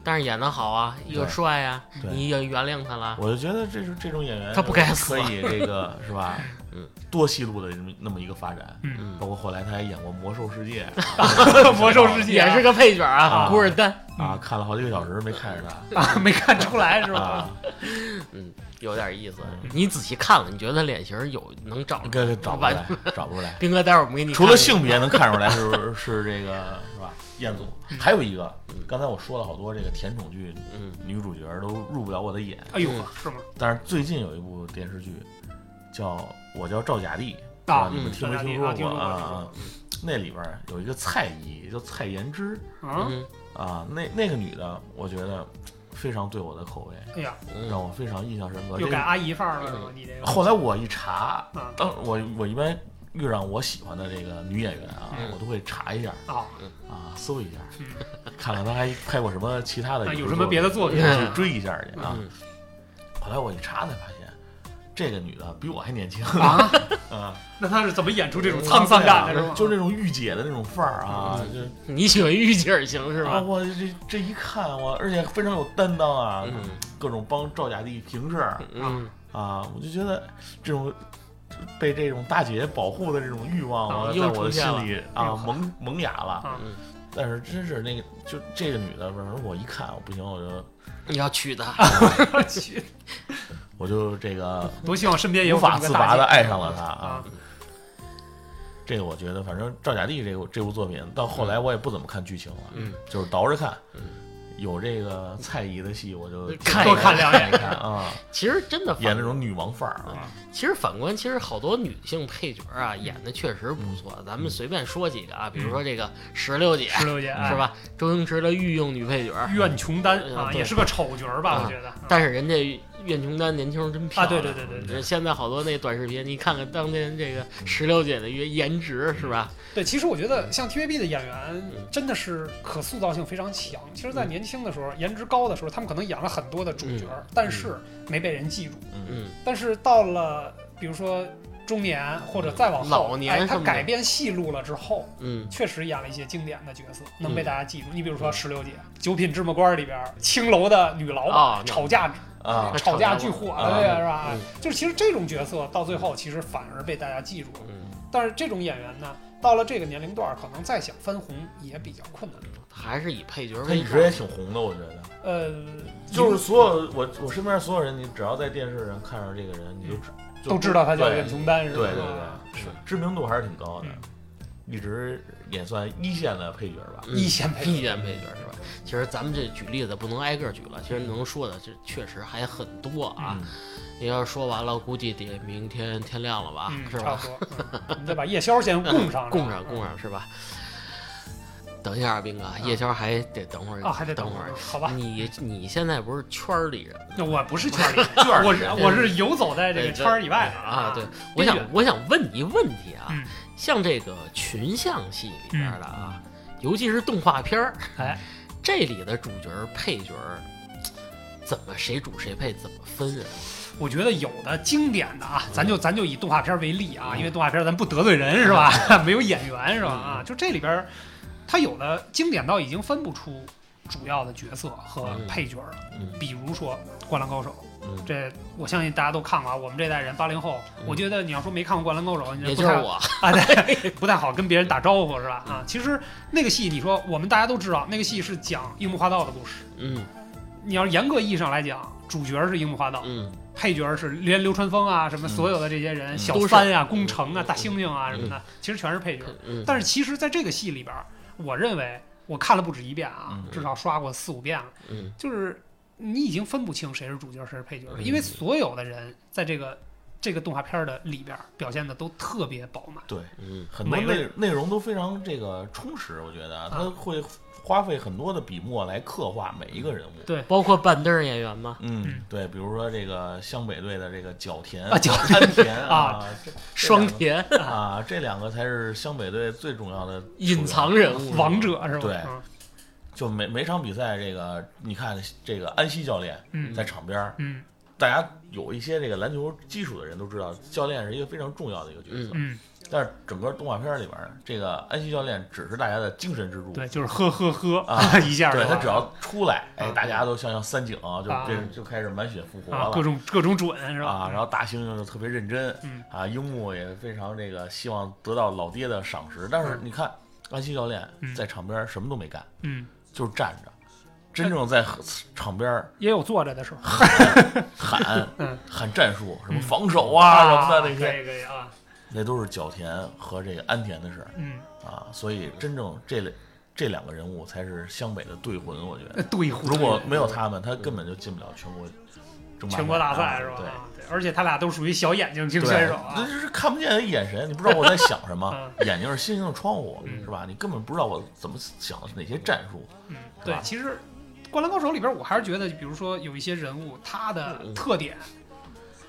[SPEAKER 1] 但是演的好啊，又帅啊，
[SPEAKER 2] 对
[SPEAKER 1] 你也原谅他了。
[SPEAKER 2] 我就觉得这是这种演员，
[SPEAKER 1] 他不该死
[SPEAKER 2] 可以这 个是吧？
[SPEAKER 1] 嗯，
[SPEAKER 2] 多戏路的这么那么一个发展，
[SPEAKER 3] 嗯，
[SPEAKER 1] 嗯，
[SPEAKER 2] 包括后来他还演过《魔兽世界
[SPEAKER 3] 魔兽世界
[SPEAKER 1] 也是个配角啊，
[SPEAKER 2] 啊
[SPEAKER 1] 古尔丹，》
[SPEAKER 2] 啊，看了好几个小时没看着他
[SPEAKER 3] 啊，没看出来是吧
[SPEAKER 2] 啊？，
[SPEAKER 1] 嗯，有点意思。
[SPEAKER 2] 嗯
[SPEAKER 1] 你仔细看了，你觉得他脸型有能找
[SPEAKER 2] 应
[SPEAKER 1] 出来？
[SPEAKER 2] 该找不出来，找不出来。
[SPEAKER 1] 兵哥，待会儿我们给你
[SPEAKER 2] 除了
[SPEAKER 1] 看看
[SPEAKER 2] 性别能看出来是不是是这个是吧？ 嗯彦祖，还有一个，刚才我说了好多这个甜宠剧，
[SPEAKER 1] 嗯，
[SPEAKER 2] 女主角都入不了我的眼。
[SPEAKER 3] 哎呦
[SPEAKER 1] 嗯，
[SPEAKER 3] 是吗？
[SPEAKER 2] 但是最近有一部电视剧叫《我叫赵甲第》，
[SPEAKER 3] 啊
[SPEAKER 2] 不知道你们
[SPEAKER 1] 嗯
[SPEAKER 2] 听没
[SPEAKER 3] 赵甲第
[SPEAKER 2] 听
[SPEAKER 3] 啊
[SPEAKER 2] 说
[SPEAKER 3] 听说过
[SPEAKER 2] 啊
[SPEAKER 3] 听说
[SPEAKER 2] 啊？那里边有一个蔡姨，叫蔡妍芝
[SPEAKER 3] 啊，
[SPEAKER 1] 嗯
[SPEAKER 2] 啊，那那个女的，我觉得非常对我的口味，
[SPEAKER 3] 哎呀，
[SPEAKER 2] 让
[SPEAKER 1] 嗯，
[SPEAKER 2] 我非常印象深刻。
[SPEAKER 3] 又
[SPEAKER 2] 这
[SPEAKER 3] 改阿姨范儿了是吗？你这个
[SPEAKER 2] 后来我一查，
[SPEAKER 3] 啊
[SPEAKER 2] 当我我一般遇上我喜欢的这个女演员啊
[SPEAKER 1] 嗯，
[SPEAKER 2] 我都会查一下。
[SPEAKER 3] 啊，
[SPEAKER 2] 啊，搜一下
[SPEAKER 3] 嗯，
[SPEAKER 2] 看看他还拍过什么其他的
[SPEAKER 3] 那
[SPEAKER 2] 影视作品，
[SPEAKER 3] 有什么别的作品
[SPEAKER 1] 嗯
[SPEAKER 2] 去追一下去啊。
[SPEAKER 1] 嗯
[SPEAKER 2] 后来我一查才发现，这个女的比我还年轻
[SPEAKER 3] 啊？
[SPEAKER 2] 啊，
[SPEAKER 3] 那他是怎么演出这种沧桑感的是吗？嗯
[SPEAKER 2] 就那种御姐的那种范儿啊，就
[SPEAKER 1] 你喜欢御姐儿型是
[SPEAKER 2] 啊，
[SPEAKER 1] 吧？
[SPEAKER 2] 我这这一看我，而且非常有担当啊，
[SPEAKER 1] 嗯
[SPEAKER 2] 各种帮赵甲第平事儿
[SPEAKER 1] 嗯，
[SPEAKER 2] 啊，我就觉得这种。被这种大姐保护的这种欲望
[SPEAKER 1] 啊
[SPEAKER 2] 啊，
[SPEAKER 1] 又
[SPEAKER 2] 在我
[SPEAKER 1] 出
[SPEAKER 2] 的
[SPEAKER 1] 现
[SPEAKER 2] 心
[SPEAKER 1] 了
[SPEAKER 2] 里
[SPEAKER 3] 哎呦
[SPEAKER 2] 啊
[SPEAKER 3] 呵
[SPEAKER 2] 萌萌芽了。
[SPEAKER 3] 啊
[SPEAKER 1] 嗯
[SPEAKER 2] 但是真是那个，就这个女的，反正我一看，我不行，我就
[SPEAKER 1] 你要娶她，
[SPEAKER 3] 啊我去，
[SPEAKER 2] 我就这个
[SPEAKER 3] 多希望身边也有
[SPEAKER 2] 无法
[SPEAKER 3] 这
[SPEAKER 2] 自
[SPEAKER 3] 么个大
[SPEAKER 2] 拔的
[SPEAKER 3] 姐
[SPEAKER 2] 爱上了他啊
[SPEAKER 3] 啊。！
[SPEAKER 2] 这个我觉得，反正赵甲第这个这部作品到后来我也不怎么看剧情了，
[SPEAKER 1] 嗯，
[SPEAKER 2] 就是倒着看，有这个蔡姨的戏我就
[SPEAKER 1] 看
[SPEAKER 3] 嗯多
[SPEAKER 1] 一
[SPEAKER 3] 看 两眼
[SPEAKER 2] 一啊看 啊，
[SPEAKER 1] 其实真的反
[SPEAKER 2] 演那种女王范儿啊，
[SPEAKER 1] 其实反观，其实好多女性配角啊，
[SPEAKER 3] 嗯
[SPEAKER 1] 演的确实不错。咱们随便说几个啊，比如说这个石榴姐，
[SPEAKER 3] 石榴姐嗯哎
[SPEAKER 1] 是吧？周星驰的御用女配角，
[SPEAKER 3] 苑琼丹
[SPEAKER 1] 嗯
[SPEAKER 3] 啊，
[SPEAKER 1] 对
[SPEAKER 3] 也是个丑角儿吧？
[SPEAKER 1] 啊
[SPEAKER 3] 我觉得啊
[SPEAKER 1] 但是人家苑琼丹年轻时候真漂
[SPEAKER 3] 啊，
[SPEAKER 1] 亮。
[SPEAKER 3] 对对对对对嗯
[SPEAKER 1] 对。现在好多那短视频，你看看当年这个石榴姐的颜颜值是吧？
[SPEAKER 3] 对，其实我觉得像 TVB 的演员
[SPEAKER 1] 嗯
[SPEAKER 3] 真的是可塑造性非常强。其实，在
[SPEAKER 1] 嗯
[SPEAKER 3] 年轻的时候，颜值高的时候，他们可能演了很多的主角儿，但是没被人记住。
[SPEAKER 2] 嗯，
[SPEAKER 1] 嗯，
[SPEAKER 3] 但是到了比如说中年或者再往后，
[SPEAKER 1] 嗯老年
[SPEAKER 3] 哎，
[SPEAKER 1] 什
[SPEAKER 3] 他
[SPEAKER 1] 么的
[SPEAKER 3] 改变戏路了之后，
[SPEAKER 1] 嗯，
[SPEAKER 3] 确实演了一些经典的角色，能
[SPEAKER 1] 嗯
[SPEAKER 3] 被大家记住。你比如说石榴姐，《九品芝麻官》里边儿青楼的女老板、
[SPEAKER 1] 哦
[SPEAKER 3] 嗯吵架
[SPEAKER 2] 啊
[SPEAKER 1] 那
[SPEAKER 3] 吵架巨火
[SPEAKER 2] 啊
[SPEAKER 3] 的对呀，是吧？
[SPEAKER 1] 嗯
[SPEAKER 3] 就是其实这种角色到最后其实反而被大家记住了。
[SPEAKER 1] 嗯，
[SPEAKER 3] 但是这种演员呢，到了这个年龄段儿，可能再想翻红也比较困难。
[SPEAKER 1] 还是以配角
[SPEAKER 2] 她
[SPEAKER 1] 为
[SPEAKER 2] 一
[SPEAKER 1] 主啊
[SPEAKER 2] 直。也挺红的，我觉得。
[SPEAKER 3] 呃，
[SPEAKER 2] 就是
[SPEAKER 3] 你
[SPEAKER 2] 所有我我身边所有人，你只要在电视上看着这个人，你就知就
[SPEAKER 3] 嗯都知道他叫
[SPEAKER 2] 对
[SPEAKER 3] 苑琼丹是吧？
[SPEAKER 2] 对对对，
[SPEAKER 3] 是
[SPEAKER 2] 知名度还是挺高的
[SPEAKER 3] 嗯，
[SPEAKER 2] 一直也算一线的配角吧。
[SPEAKER 1] 嗯
[SPEAKER 3] 一线配角
[SPEAKER 1] 一线配角是吧？其实咱们这举例子不能挨个举了，其实能说的这确实还很多啊。
[SPEAKER 2] 嗯
[SPEAKER 1] 你要说完了，估计得明天天亮了吧，
[SPEAKER 3] 嗯，
[SPEAKER 1] 是
[SPEAKER 3] 差
[SPEAKER 1] 吧？
[SPEAKER 3] 不多。嗯我们再把夜宵 先供上，
[SPEAKER 1] 供上供上是吧？等一下啊，斌哥，夜宵还得等会儿
[SPEAKER 3] 啊，还得
[SPEAKER 1] 等
[SPEAKER 3] 会儿
[SPEAKER 1] 儿。，
[SPEAKER 3] 好吧？
[SPEAKER 1] 你你现在不是圈儿里人
[SPEAKER 3] 那我不是圈儿里人，
[SPEAKER 2] 圈儿里
[SPEAKER 3] 我是
[SPEAKER 2] 人
[SPEAKER 3] 我是游走在这个圈儿以外的
[SPEAKER 1] 哎啊？对，，我
[SPEAKER 3] 边
[SPEAKER 1] 想
[SPEAKER 3] 缘
[SPEAKER 1] 我想问你一问题啊
[SPEAKER 3] 嗯，
[SPEAKER 1] 像这个群像戏里边的啊，尤其是动画片儿，
[SPEAKER 3] 嗯哎，
[SPEAKER 1] 这里的主角儿配角儿，怎么谁主谁配怎么分啊？
[SPEAKER 3] 我觉得有的经典的
[SPEAKER 1] 嗯
[SPEAKER 3] 啊，咱就咱就以动画片为例啊，因为动画片咱不得罪人是吧？ 没有演员是吧？
[SPEAKER 1] 嗯
[SPEAKER 3] 啊，就这里边儿，它有的经典到已经分不出主要的角色和
[SPEAKER 1] 嗯
[SPEAKER 3] 配角了。
[SPEAKER 2] 嗯
[SPEAKER 3] 比如说《灌篮高手》，
[SPEAKER 2] 嗯，
[SPEAKER 3] 这我相信大家都看过啊。我们这代人八零后，我觉得你要说没看过《灌篮高手》，你
[SPEAKER 1] 嗯也
[SPEAKER 3] 不
[SPEAKER 1] 就是
[SPEAKER 3] 太
[SPEAKER 1] 我，
[SPEAKER 3] 啊，对，不太好跟别人打招呼是吧？啊，其实那个戏，你说我们大家都知道，那个戏是讲樱木花道的故事。
[SPEAKER 1] 嗯
[SPEAKER 3] 你要严格意义上来讲，主角是樱木花道，
[SPEAKER 1] 嗯
[SPEAKER 3] 配角是连流川枫啊，什么所有的这些人，
[SPEAKER 2] 嗯
[SPEAKER 3] 小
[SPEAKER 1] 都是
[SPEAKER 3] 三啊、宫城啊、大猩猩啊什么的，其实全是配角。
[SPEAKER 1] 嗯，
[SPEAKER 3] 但是其实在这个戏里边儿，我认为我看了不止一遍啊
[SPEAKER 2] 嗯，
[SPEAKER 3] 至少刷过四五遍了，
[SPEAKER 1] 嗯
[SPEAKER 3] 就是你已经分不清谁是主角谁是配角了，
[SPEAKER 1] 嗯
[SPEAKER 3] 因为所有的人在这个这个动画片儿的里边儿表现的都特别饱满。
[SPEAKER 2] 对，
[SPEAKER 1] 嗯
[SPEAKER 2] 很多
[SPEAKER 3] 每位
[SPEAKER 2] 内内容都非常这个充实，我觉得啊他会花费很多的笔墨来刻画每一个人物。
[SPEAKER 3] 对，
[SPEAKER 1] 包括板凳演员嘛，
[SPEAKER 2] 嗯
[SPEAKER 3] 嗯，
[SPEAKER 2] 对，比如说这个湘北队的这个角田
[SPEAKER 3] 啊角
[SPEAKER 2] 安田啊
[SPEAKER 3] 啊，
[SPEAKER 2] 这
[SPEAKER 1] 双田
[SPEAKER 2] 这两个啊，这两个才是湘北队最重要的
[SPEAKER 1] 隐藏人物
[SPEAKER 3] 王。者是吧？
[SPEAKER 2] 对
[SPEAKER 3] 嗯
[SPEAKER 2] 就每每场比赛，这个你看，这个安西教练
[SPEAKER 3] 嗯
[SPEAKER 2] 在场边儿，
[SPEAKER 3] 嗯
[SPEAKER 2] 大家有一些这个篮球基础的人都知道，教练是一个非常重要的一个角色。
[SPEAKER 3] 嗯，
[SPEAKER 2] 但是整个动画片里边儿，这个安西教练只是大家的精神支柱。
[SPEAKER 3] 对，就是呵呵呵
[SPEAKER 2] 啊
[SPEAKER 3] 一下，
[SPEAKER 2] 对
[SPEAKER 3] 是
[SPEAKER 2] 他
[SPEAKER 3] 吧
[SPEAKER 2] 只要出来，哎，
[SPEAKER 3] 啊
[SPEAKER 2] 大家都像像三井啊，就
[SPEAKER 3] 啊
[SPEAKER 2] 这就开始满血复活
[SPEAKER 3] 啊各
[SPEAKER 2] 了。
[SPEAKER 3] 种各种准是吧？
[SPEAKER 2] 啊，然后大猩猩就特别认真，
[SPEAKER 3] 嗯
[SPEAKER 2] 啊，樱木也非常这个希望得到老爹的赏识，但是
[SPEAKER 3] 嗯
[SPEAKER 2] 你看安西教练
[SPEAKER 3] 嗯
[SPEAKER 2] 在场边儿什么都没干，
[SPEAKER 3] 嗯，
[SPEAKER 2] 就是站着，真正在场边儿
[SPEAKER 3] 也有坐着的时候，
[SPEAKER 2] 喊
[SPEAKER 3] 嗯
[SPEAKER 2] 喊战术，什么
[SPEAKER 3] 嗯
[SPEAKER 2] 防守啊什么的那些，
[SPEAKER 3] 这个啊，
[SPEAKER 2] 那都是角田和这个安田的事儿
[SPEAKER 3] 嗯，
[SPEAKER 2] 啊，所以真正这类这两个人物才是湘北的队魂，我觉得。
[SPEAKER 3] 呃对胡，
[SPEAKER 2] 如果没有他们，他根本就进不了全国争霸
[SPEAKER 3] 全国大赛
[SPEAKER 2] 啊
[SPEAKER 3] 是吧？
[SPEAKER 2] 对，
[SPEAKER 3] 啊对，而且他俩都属于小眼睛型
[SPEAKER 2] 对
[SPEAKER 3] 选手啊，
[SPEAKER 2] 这，就是看不见的眼神，你不知道我在想什么 眼睛是星星的窗户，
[SPEAKER 3] 嗯
[SPEAKER 2] 是吧？你根本不知道我怎么想的是哪些战术。
[SPEAKER 3] 嗯，
[SPEAKER 2] 对
[SPEAKER 3] 对
[SPEAKER 2] 吧，
[SPEAKER 3] 其实。《灌篮高手》里边，我还是觉得，比如说有一些人物，他
[SPEAKER 2] 嗯
[SPEAKER 3] 的特点，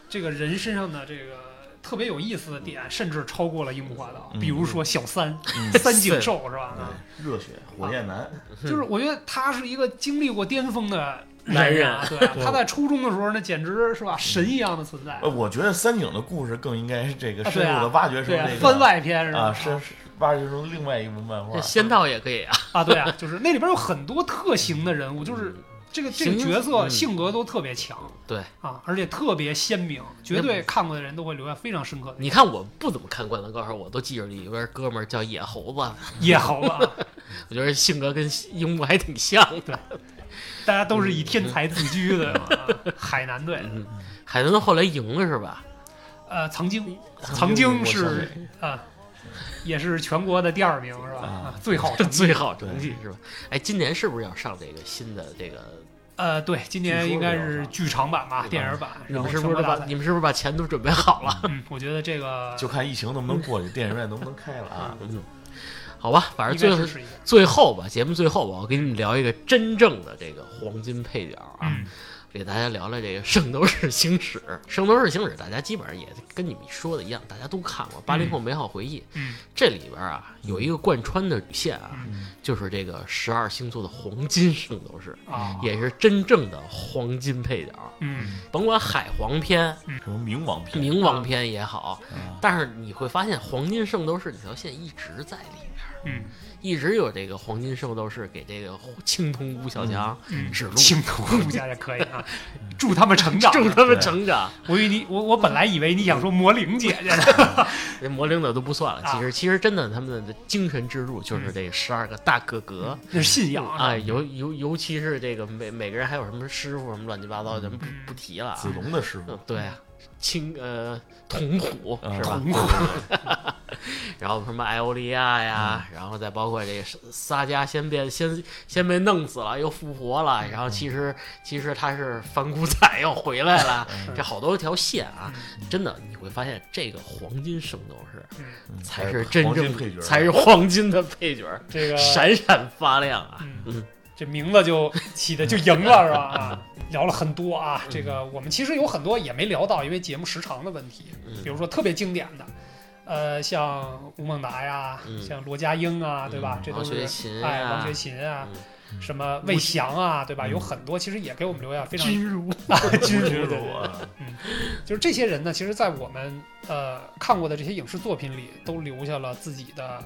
[SPEAKER 3] 这个人身上的这个特别有意思的点，甚至超过了樱木花道。
[SPEAKER 2] 嗯
[SPEAKER 3] 比如说小三、
[SPEAKER 2] 嗯
[SPEAKER 3] 三井寿是吧？啊
[SPEAKER 2] 对，热血火焰男，
[SPEAKER 3] 就是我觉得他是一个经历过巅峰的啊，对啊
[SPEAKER 1] 对，
[SPEAKER 3] 他在初中的时候那简直是吧神一样的存在
[SPEAKER 2] 呃，，我觉得三井的故事更应该这个
[SPEAKER 3] 啊
[SPEAKER 2] 深
[SPEAKER 3] 对啊
[SPEAKER 2] 入的挖掘出
[SPEAKER 3] 对啊
[SPEAKER 2] 这，
[SPEAKER 3] 番
[SPEAKER 2] 个
[SPEAKER 3] 外篇是吧？
[SPEAKER 2] 啊，深挖掘出另外一部漫画
[SPEAKER 1] 这。仙道也可以啊，
[SPEAKER 3] 啊，对啊，就是那里边有很多特型的人物，就是这个这个
[SPEAKER 1] 行
[SPEAKER 3] 角色
[SPEAKER 1] 嗯
[SPEAKER 3] 性格都特别强
[SPEAKER 1] 对。
[SPEAKER 3] 啊，而且特别鲜明，绝对看过的人都会留下非常深刻的
[SPEAKER 1] 你看我不怎么看《灌篮高手》，我都记着里边哥们儿叫野猴子，
[SPEAKER 3] 野猴子啊，
[SPEAKER 1] 我觉得性格跟樱木还挺像的。
[SPEAKER 3] 大家都是以天才自居的嘛。啊海南队，
[SPEAKER 1] 嗯，海豚后来赢了是吧？
[SPEAKER 3] 呃，曾经
[SPEAKER 2] 曾
[SPEAKER 3] 曾
[SPEAKER 2] 经
[SPEAKER 3] 经
[SPEAKER 2] 我
[SPEAKER 3] 是啊，也是全国的第二名是吧？
[SPEAKER 2] 啊
[SPEAKER 3] 啊，最好成 绩
[SPEAKER 1] 最好成绩是吧？哎，今年是不是要上这个新的这个？
[SPEAKER 3] 呃，对，今
[SPEAKER 2] 据
[SPEAKER 3] 年
[SPEAKER 2] 说
[SPEAKER 3] 应该
[SPEAKER 2] 是要
[SPEAKER 3] 是
[SPEAKER 2] 上
[SPEAKER 3] 剧场版吧，
[SPEAKER 1] 对
[SPEAKER 3] 电影版，
[SPEAKER 1] 你
[SPEAKER 3] 然后
[SPEAKER 1] 们是
[SPEAKER 3] 全
[SPEAKER 1] 不
[SPEAKER 3] 国
[SPEAKER 1] 是
[SPEAKER 3] 大
[SPEAKER 1] 把
[SPEAKER 3] 赛。
[SPEAKER 1] 你们是不是把钱都准备好了？
[SPEAKER 3] 嗯，我觉得这个
[SPEAKER 2] 就啊看疫情能不能过去，电影院能不能开了啊？
[SPEAKER 3] 嗯
[SPEAKER 1] 好吧，反正
[SPEAKER 3] 应该
[SPEAKER 1] 最
[SPEAKER 3] 支持一下。
[SPEAKER 1] 最后吧，节目最后吧，我给你们聊一个真正的这个黄金配角啊，
[SPEAKER 3] 嗯
[SPEAKER 1] 给大家聊聊这个《圣斗士星矢》。《圣斗士星矢》大家基本上也跟你们说的一样，大家都看过《八零后美好回忆》
[SPEAKER 3] 嗯
[SPEAKER 1] 这里边啊有一个贯穿的主线啊，就是这个十二星座的黄金圣斗士，
[SPEAKER 3] 啊，
[SPEAKER 1] 也是真正的黄金配角。
[SPEAKER 3] 嗯
[SPEAKER 1] 甭管海皇篇、
[SPEAKER 2] 什么冥王篇
[SPEAKER 1] 冥王篇也好，
[SPEAKER 3] 嗯
[SPEAKER 2] 啊
[SPEAKER 1] 但是你会发现黄金圣斗士这条线一直在里边。
[SPEAKER 3] 嗯
[SPEAKER 1] 一直有这个黄金圣斗士给这个青铜吴小强
[SPEAKER 3] 嗯，
[SPEAKER 1] 指路，
[SPEAKER 3] 青铜儒家也可以 啊，祝他们成长。啊
[SPEAKER 1] 正他们成长。
[SPEAKER 3] 我以为你，我我本来以为你想说魔灵姐姐呢。
[SPEAKER 1] 这魔灵的都不算了，
[SPEAKER 3] 啊
[SPEAKER 1] 其实其实真的他们的精神支柱就是这十二个大哥哥
[SPEAKER 3] 那是信仰
[SPEAKER 1] 啊，尤尤尤其是这个每每个人还有什么师傅什么乱七八糟，咱们不
[SPEAKER 3] 嗯
[SPEAKER 1] 不提了啊
[SPEAKER 2] 子。龙的师傅
[SPEAKER 1] 嗯，对啊，青呃童虎
[SPEAKER 3] 嗯
[SPEAKER 1] 是吧？
[SPEAKER 3] 童虎
[SPEAKER 1] 然后什么艾欧利亚呀，
[SPEAKER 3] 嗯
[SPEAKER 1] 然后再包括这个撒迦先变先先被弄死了，又复活了，
[SPEAKER 3] 嗯
[SPEAKER 1] 然后其实其实他是反骨仔又回来 了，
[SPEAKER 3] 嗯
[SPEAKER 1] 这好多条线啊，真的你会发现这个黄金圣斗士
[SPEAKER 3] 嗯
[SPEAKER 2] 嗯
[SPEAKER 1] 才是真
[SPEAKER 2] 黄金
[SPEAKER 1] 正
[SPEAKER 2] 配角，呃
[SPEAKER 1] 才是黄金的配 角，
[SPEAKER 3] 这个
[SPEAKER 1] 闪闪发亮啊！
[SPEAKER 3] 嗯，这名字就起的就赢了是吧？啊，聊了很多啊，这个我们其实有很多也没聊到，因为节目时长的问题，
[SPEAKER 1] 嗯
[SPEAKER 3] 比如说特别经典的，呃，像吴孟达呀，
[SPEAKER 1] 嗯
[SPEAKER 3] 像罗家英啊，对吧？这
[SPEAKER 1] 王
[SPEAKER 3] 都
[SPEAKER 1] 学
[SPEAKER 3] 是
[SPEAKER 1] 勤
[SPEAKER 3] 哎，王
[SPEAKER 1] 啊
[SPEAKER 3] 学，勤啊
[SPEAKER 1] 嗯，
[SPEAKER 3] 什么魏翔啊，对吧？有很多其实也给我们留下非常
[SPEAKER 1] 君如，
[SPEAKER 3] 啊，君
[SPEAKER 2] 君
[SPEAKER 3] 如，对
[SPEAKER 2] 如啊，
[SPEAKER 3] 就是这些人呢，其实，在我们呃看过的这些影视作品里，都留下了自己的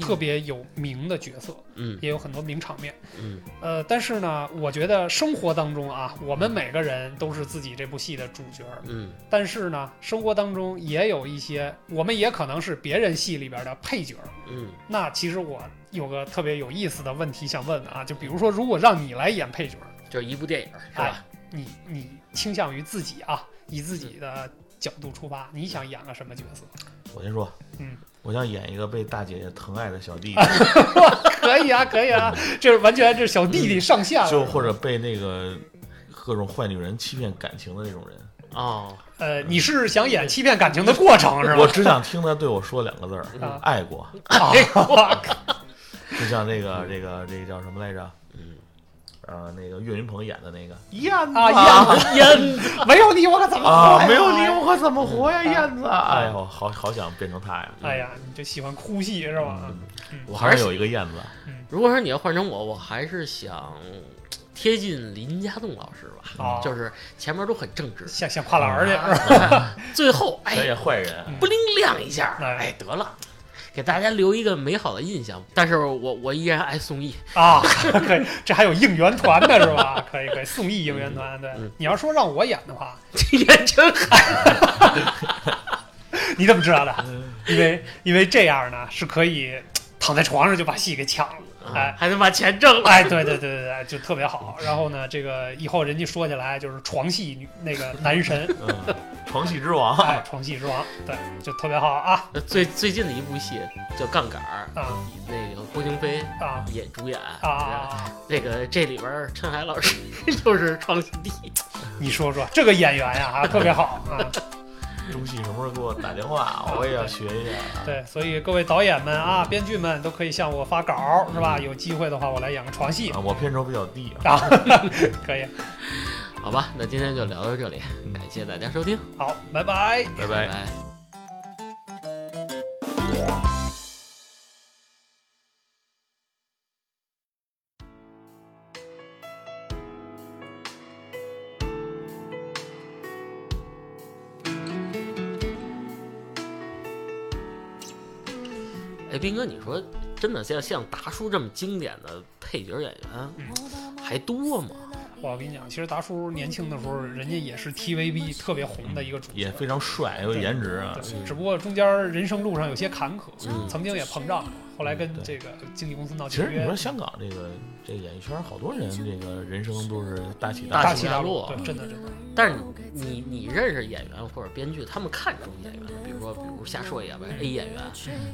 [SPEAKER 3] 特别有名的角色，
[SPEAKER 1] 嗯
[SPEAKER 3] 也有很多名场面。
[SPEAKER 1] 嗯
[SPEAKER 3] 呃，但是呢，我觉得生活当中啊，我们每个人都是自己这部戏的主角儿，
[SPEAKER 1] 嗯
[SPEAKER 3] 但是呢，生活当中也有一些，我们也可能是别人戏里边的配角儿。
[SPEAKER 1] 嗯
[SPEAKER 3] 那其实我有个特别有意思的问题想问啊，就比如说，如果让你来演配角儿，
[SPEAKER 1] 就是一部电影是
[SPEAKER 3] 哎
[SPEAKER 1] 吧？，
[SPEAKER 3] 你你倾向于自己啊，以
[SPEAKER 2] 嗯
[SPEAKER 3] 自己的角度出发，你想演个什么角色？
[SPEAKER 2] 我先说，
[SPEAKER 3] 嗯，
[SPEAKER 2] 我想演一个被大姐姐疼爱的小 弟弟，
[SPEAKER 3] 可以啊，可以啊，这是完全这是小弟弟上线了。
[SPEAKER 2] 嗯就或者被那个各种坏女人欺骗感情的那种人。
[SPEAKER 1] 哦，
[SPEAKER 3] 呃，你是想演欺骗感情的 过程是
[SPEAKER 2] 我
[SPEAKER 3] 吗？
[SPEAKER 2] 只想听他对我说两个字儿
[SPEAKER 3] 啊：
[SPEAKER 2] 爱过。
[SPEAKER 3] 啊
[SPEAKER 2] 就像那个这个这个叫什么来着？
[SPEAKER 1] 嗯，
[SPEAKER 2] 呃，那个岳云鹏演的那个燕子
[SPEAKER 3] 啊 燕子，没有你我可怎么活
[SPEAKER 2] 啊，
[SPEAKER 3] 呀
[SPEAKER 2] 没有你我可怎么活呀，
[SPEAKER 3] 啊
[SPEAKER 2] 燕子！哎呦，好好想变成他呀！
[SPEAKER 3] 哎呀，你就喜欢哭戏是
[SPEAKER 2] 嗯
[SPEAKER 3] 吧？
[SPEAKER 2] 我还是有一个燕子，
[SPEAKER 1] 如果说你要换成我，我还是想贴近林家栋老师吧，
[SPEAKER 3] 哦
[SPEAKER 1] 就是前面都很正直，啊
[SPEAKER 3] 想想跨栏儿去
[SPEAKER 2] 嗯
[SPEAKER 3] 是吧？
[SPEAKER 1] 最后
[SPEAKER 2] 咱
[SPEAKER 1] 哎
[SPEAKER 2] 也坏人，
[SPEAKER 1] 不灵亮一下，
[SPEAKER 3] 哎
[SPEAKER 1] 哎得了，给大家留一个美好的印象。但是我我依然爱宋 轶，
[SPEAKER 3] 啊，可以，这还有应援团呢是吧？可以可以，宋轶应援团，对
[SPEAKER 1] 嗯，
[SPEAKER 3] 你要说让我演的话，
[SPEAKER 1] 这眼真好。
[SPEAKER 3] 你怎么知道的？因为因为这样呢是可以躺在床上就把戏给抢了，哎。
[SPEAKER 1] 啊还能把钱挣了。
[SPEAKER 3] 哎，对对对对对，就特别好。然后呢，这个以后人家说起来就是床戏女那个男神，
[SPEAKER 2] 嗯，床戏之王，
[SPEAKER 3] 哎，床戏之王，对，就特别好啊
[SPEAKER 1] 最最近的一部戏叫《杠杆儿》，
[SPEAKER 3] 啊
[SPEAKER 1] 那个郭京飞
[SPEAKER 3] 啊
[SPEAKER 1] 也主演
[SPEAKER 3] 啊！啊！
[SPEAKER 1] 这个这里边儿陈海老师 就是创新帝，
[SPEAKER 3] 你说说这个演员呀，啊，特别好啊。
[SPEAKER 2] 中戏什么时候给我打电话，我也要学一下。
[SPEAKER 3] 对，所以各位导演们啊，编剧们都可以向我发稿，是吧？有机会的话，我来演个床戏
[SPEAKER 2] 啊，我片酬比较低啊。
[SPEAKER 3] 啊， 可以。
[SPEAKER 1] 好吧？那今天就聊到这里，
[SPEAKER 3] 嗯
[SPEAKER 1] 感谢大家收听，
[SPEAKER 3] 好，拜拜。
[SPEAKER 2] 拜
[SPEAKER 1] 拜
[SPEAKER 2] 拜。
[SPEAKER 1] 拜。哎，斌哥，你说真的像像达叔这么经典的配角演员还多吗？
[SPEAKER 3] 我跟你讲，其实达叔年轻的时候，人家也是 TVB 特别红的一个主角
[SPEAKER 2] 也。非常帅，有颜值啊。
[SPEAKER 3] 对，只不过中间人生路上有些坎坷，
[SPEAKER 1] 嗯
[SPEAKER 3] 曾经也膨胀过，后来跟
[SPEAKER 2] 嗯
[SPEAKER 3] 这个经纪公司闹
[SPEAKER 2] 其
[SPEAKER 3] 契
[SPEAKER 2] 实你
[SPEAKER 1] 啊
[SPEAKER 3] 约
[SPEAKER 2] 说，香港这个这演艺圈，好多人这个人生都是大起
[SPEAKER 1] 大
[SPEAKER 2] 落。
[SPEAKER 1] 起
[SPEAKER 3] 起大
[SPEAKER 1] 落
[SPEAKER 3] 对，真的真的，
[SPEAKER 1] 但是你你你认识演员或者编剧，他们看中演员，比如说比如瞎说一下吧，A 演员，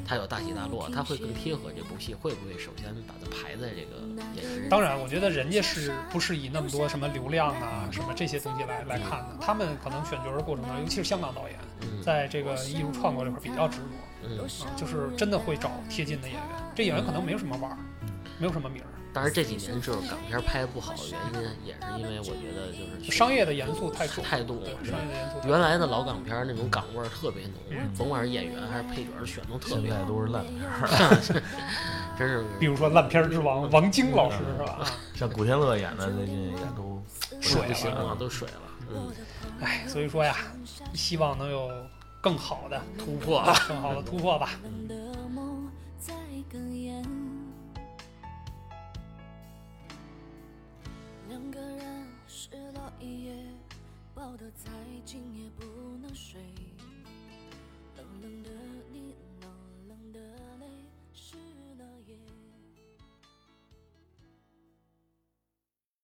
[SPEAKER 1] 他有大起大落，他会更贴合这部戏，会不会首先把他排在这个演员？
[SPEAKER 3] 当然，我觉得人家是不是以那么多什么流量啊、什么这些东西来来看的？他们可能选角的过程当中，尤其是香港导演，
[SPEAKER 1] 嗯
[SPEAKER 3] 在这个艺术创作这块儿比较执着
[SPEAKER 1] 嗯，
[SPEAKER 3] 啊，就是真的会找贴近的演员。这演员可能没有什么腕儿，
[SPEAKER 2] 嗯
[SPEAKER 3] 没有什么名儿，
[SPEAKER 1] 当然这几年就是港片拍不好的原因，也是因为我觉得就是
[SPEAKER 3] 商业的元素太重，
[SPEAKER 1] 太重
[SPEAKER 3] 对
[SPEAKER 1] 了，，是吧
[SPEAKER 3] 商业的元素太重。
[SPEAKER 1] 原来啊的老港片那种港味儿特别浓，甭管是演员还是配角儿选都特
[SPEAKER 2] 现
[SPEAKER 1] 别
[SPEAKER 2] 在
[SPEAKER 1] 好，
[SPEAKER 2] 都是烂片儿，
[SPEAKER 1] 真是
[SPEAKER 3] 比如说烂片儿之王王晶老师是吧？啊
[SPEAKER 2] 像古天乐演的最近也都
[SPEAKER 3] 水
[SPEAKER 1] 不行
[SPEAKER 3] 了。
[SPEAKER 1] 了，啊都水了，嗯，
[SPEAKER 3] 哎，所以说呀，希望能有更好的、
[SPEAKER 1] 突破了。
[SPEAKER 3] 更好的突破吧。
[SPEAKER 4] 的梦在哽咽，两个人失落一夜，抱得再紧也不能睡，冷冷的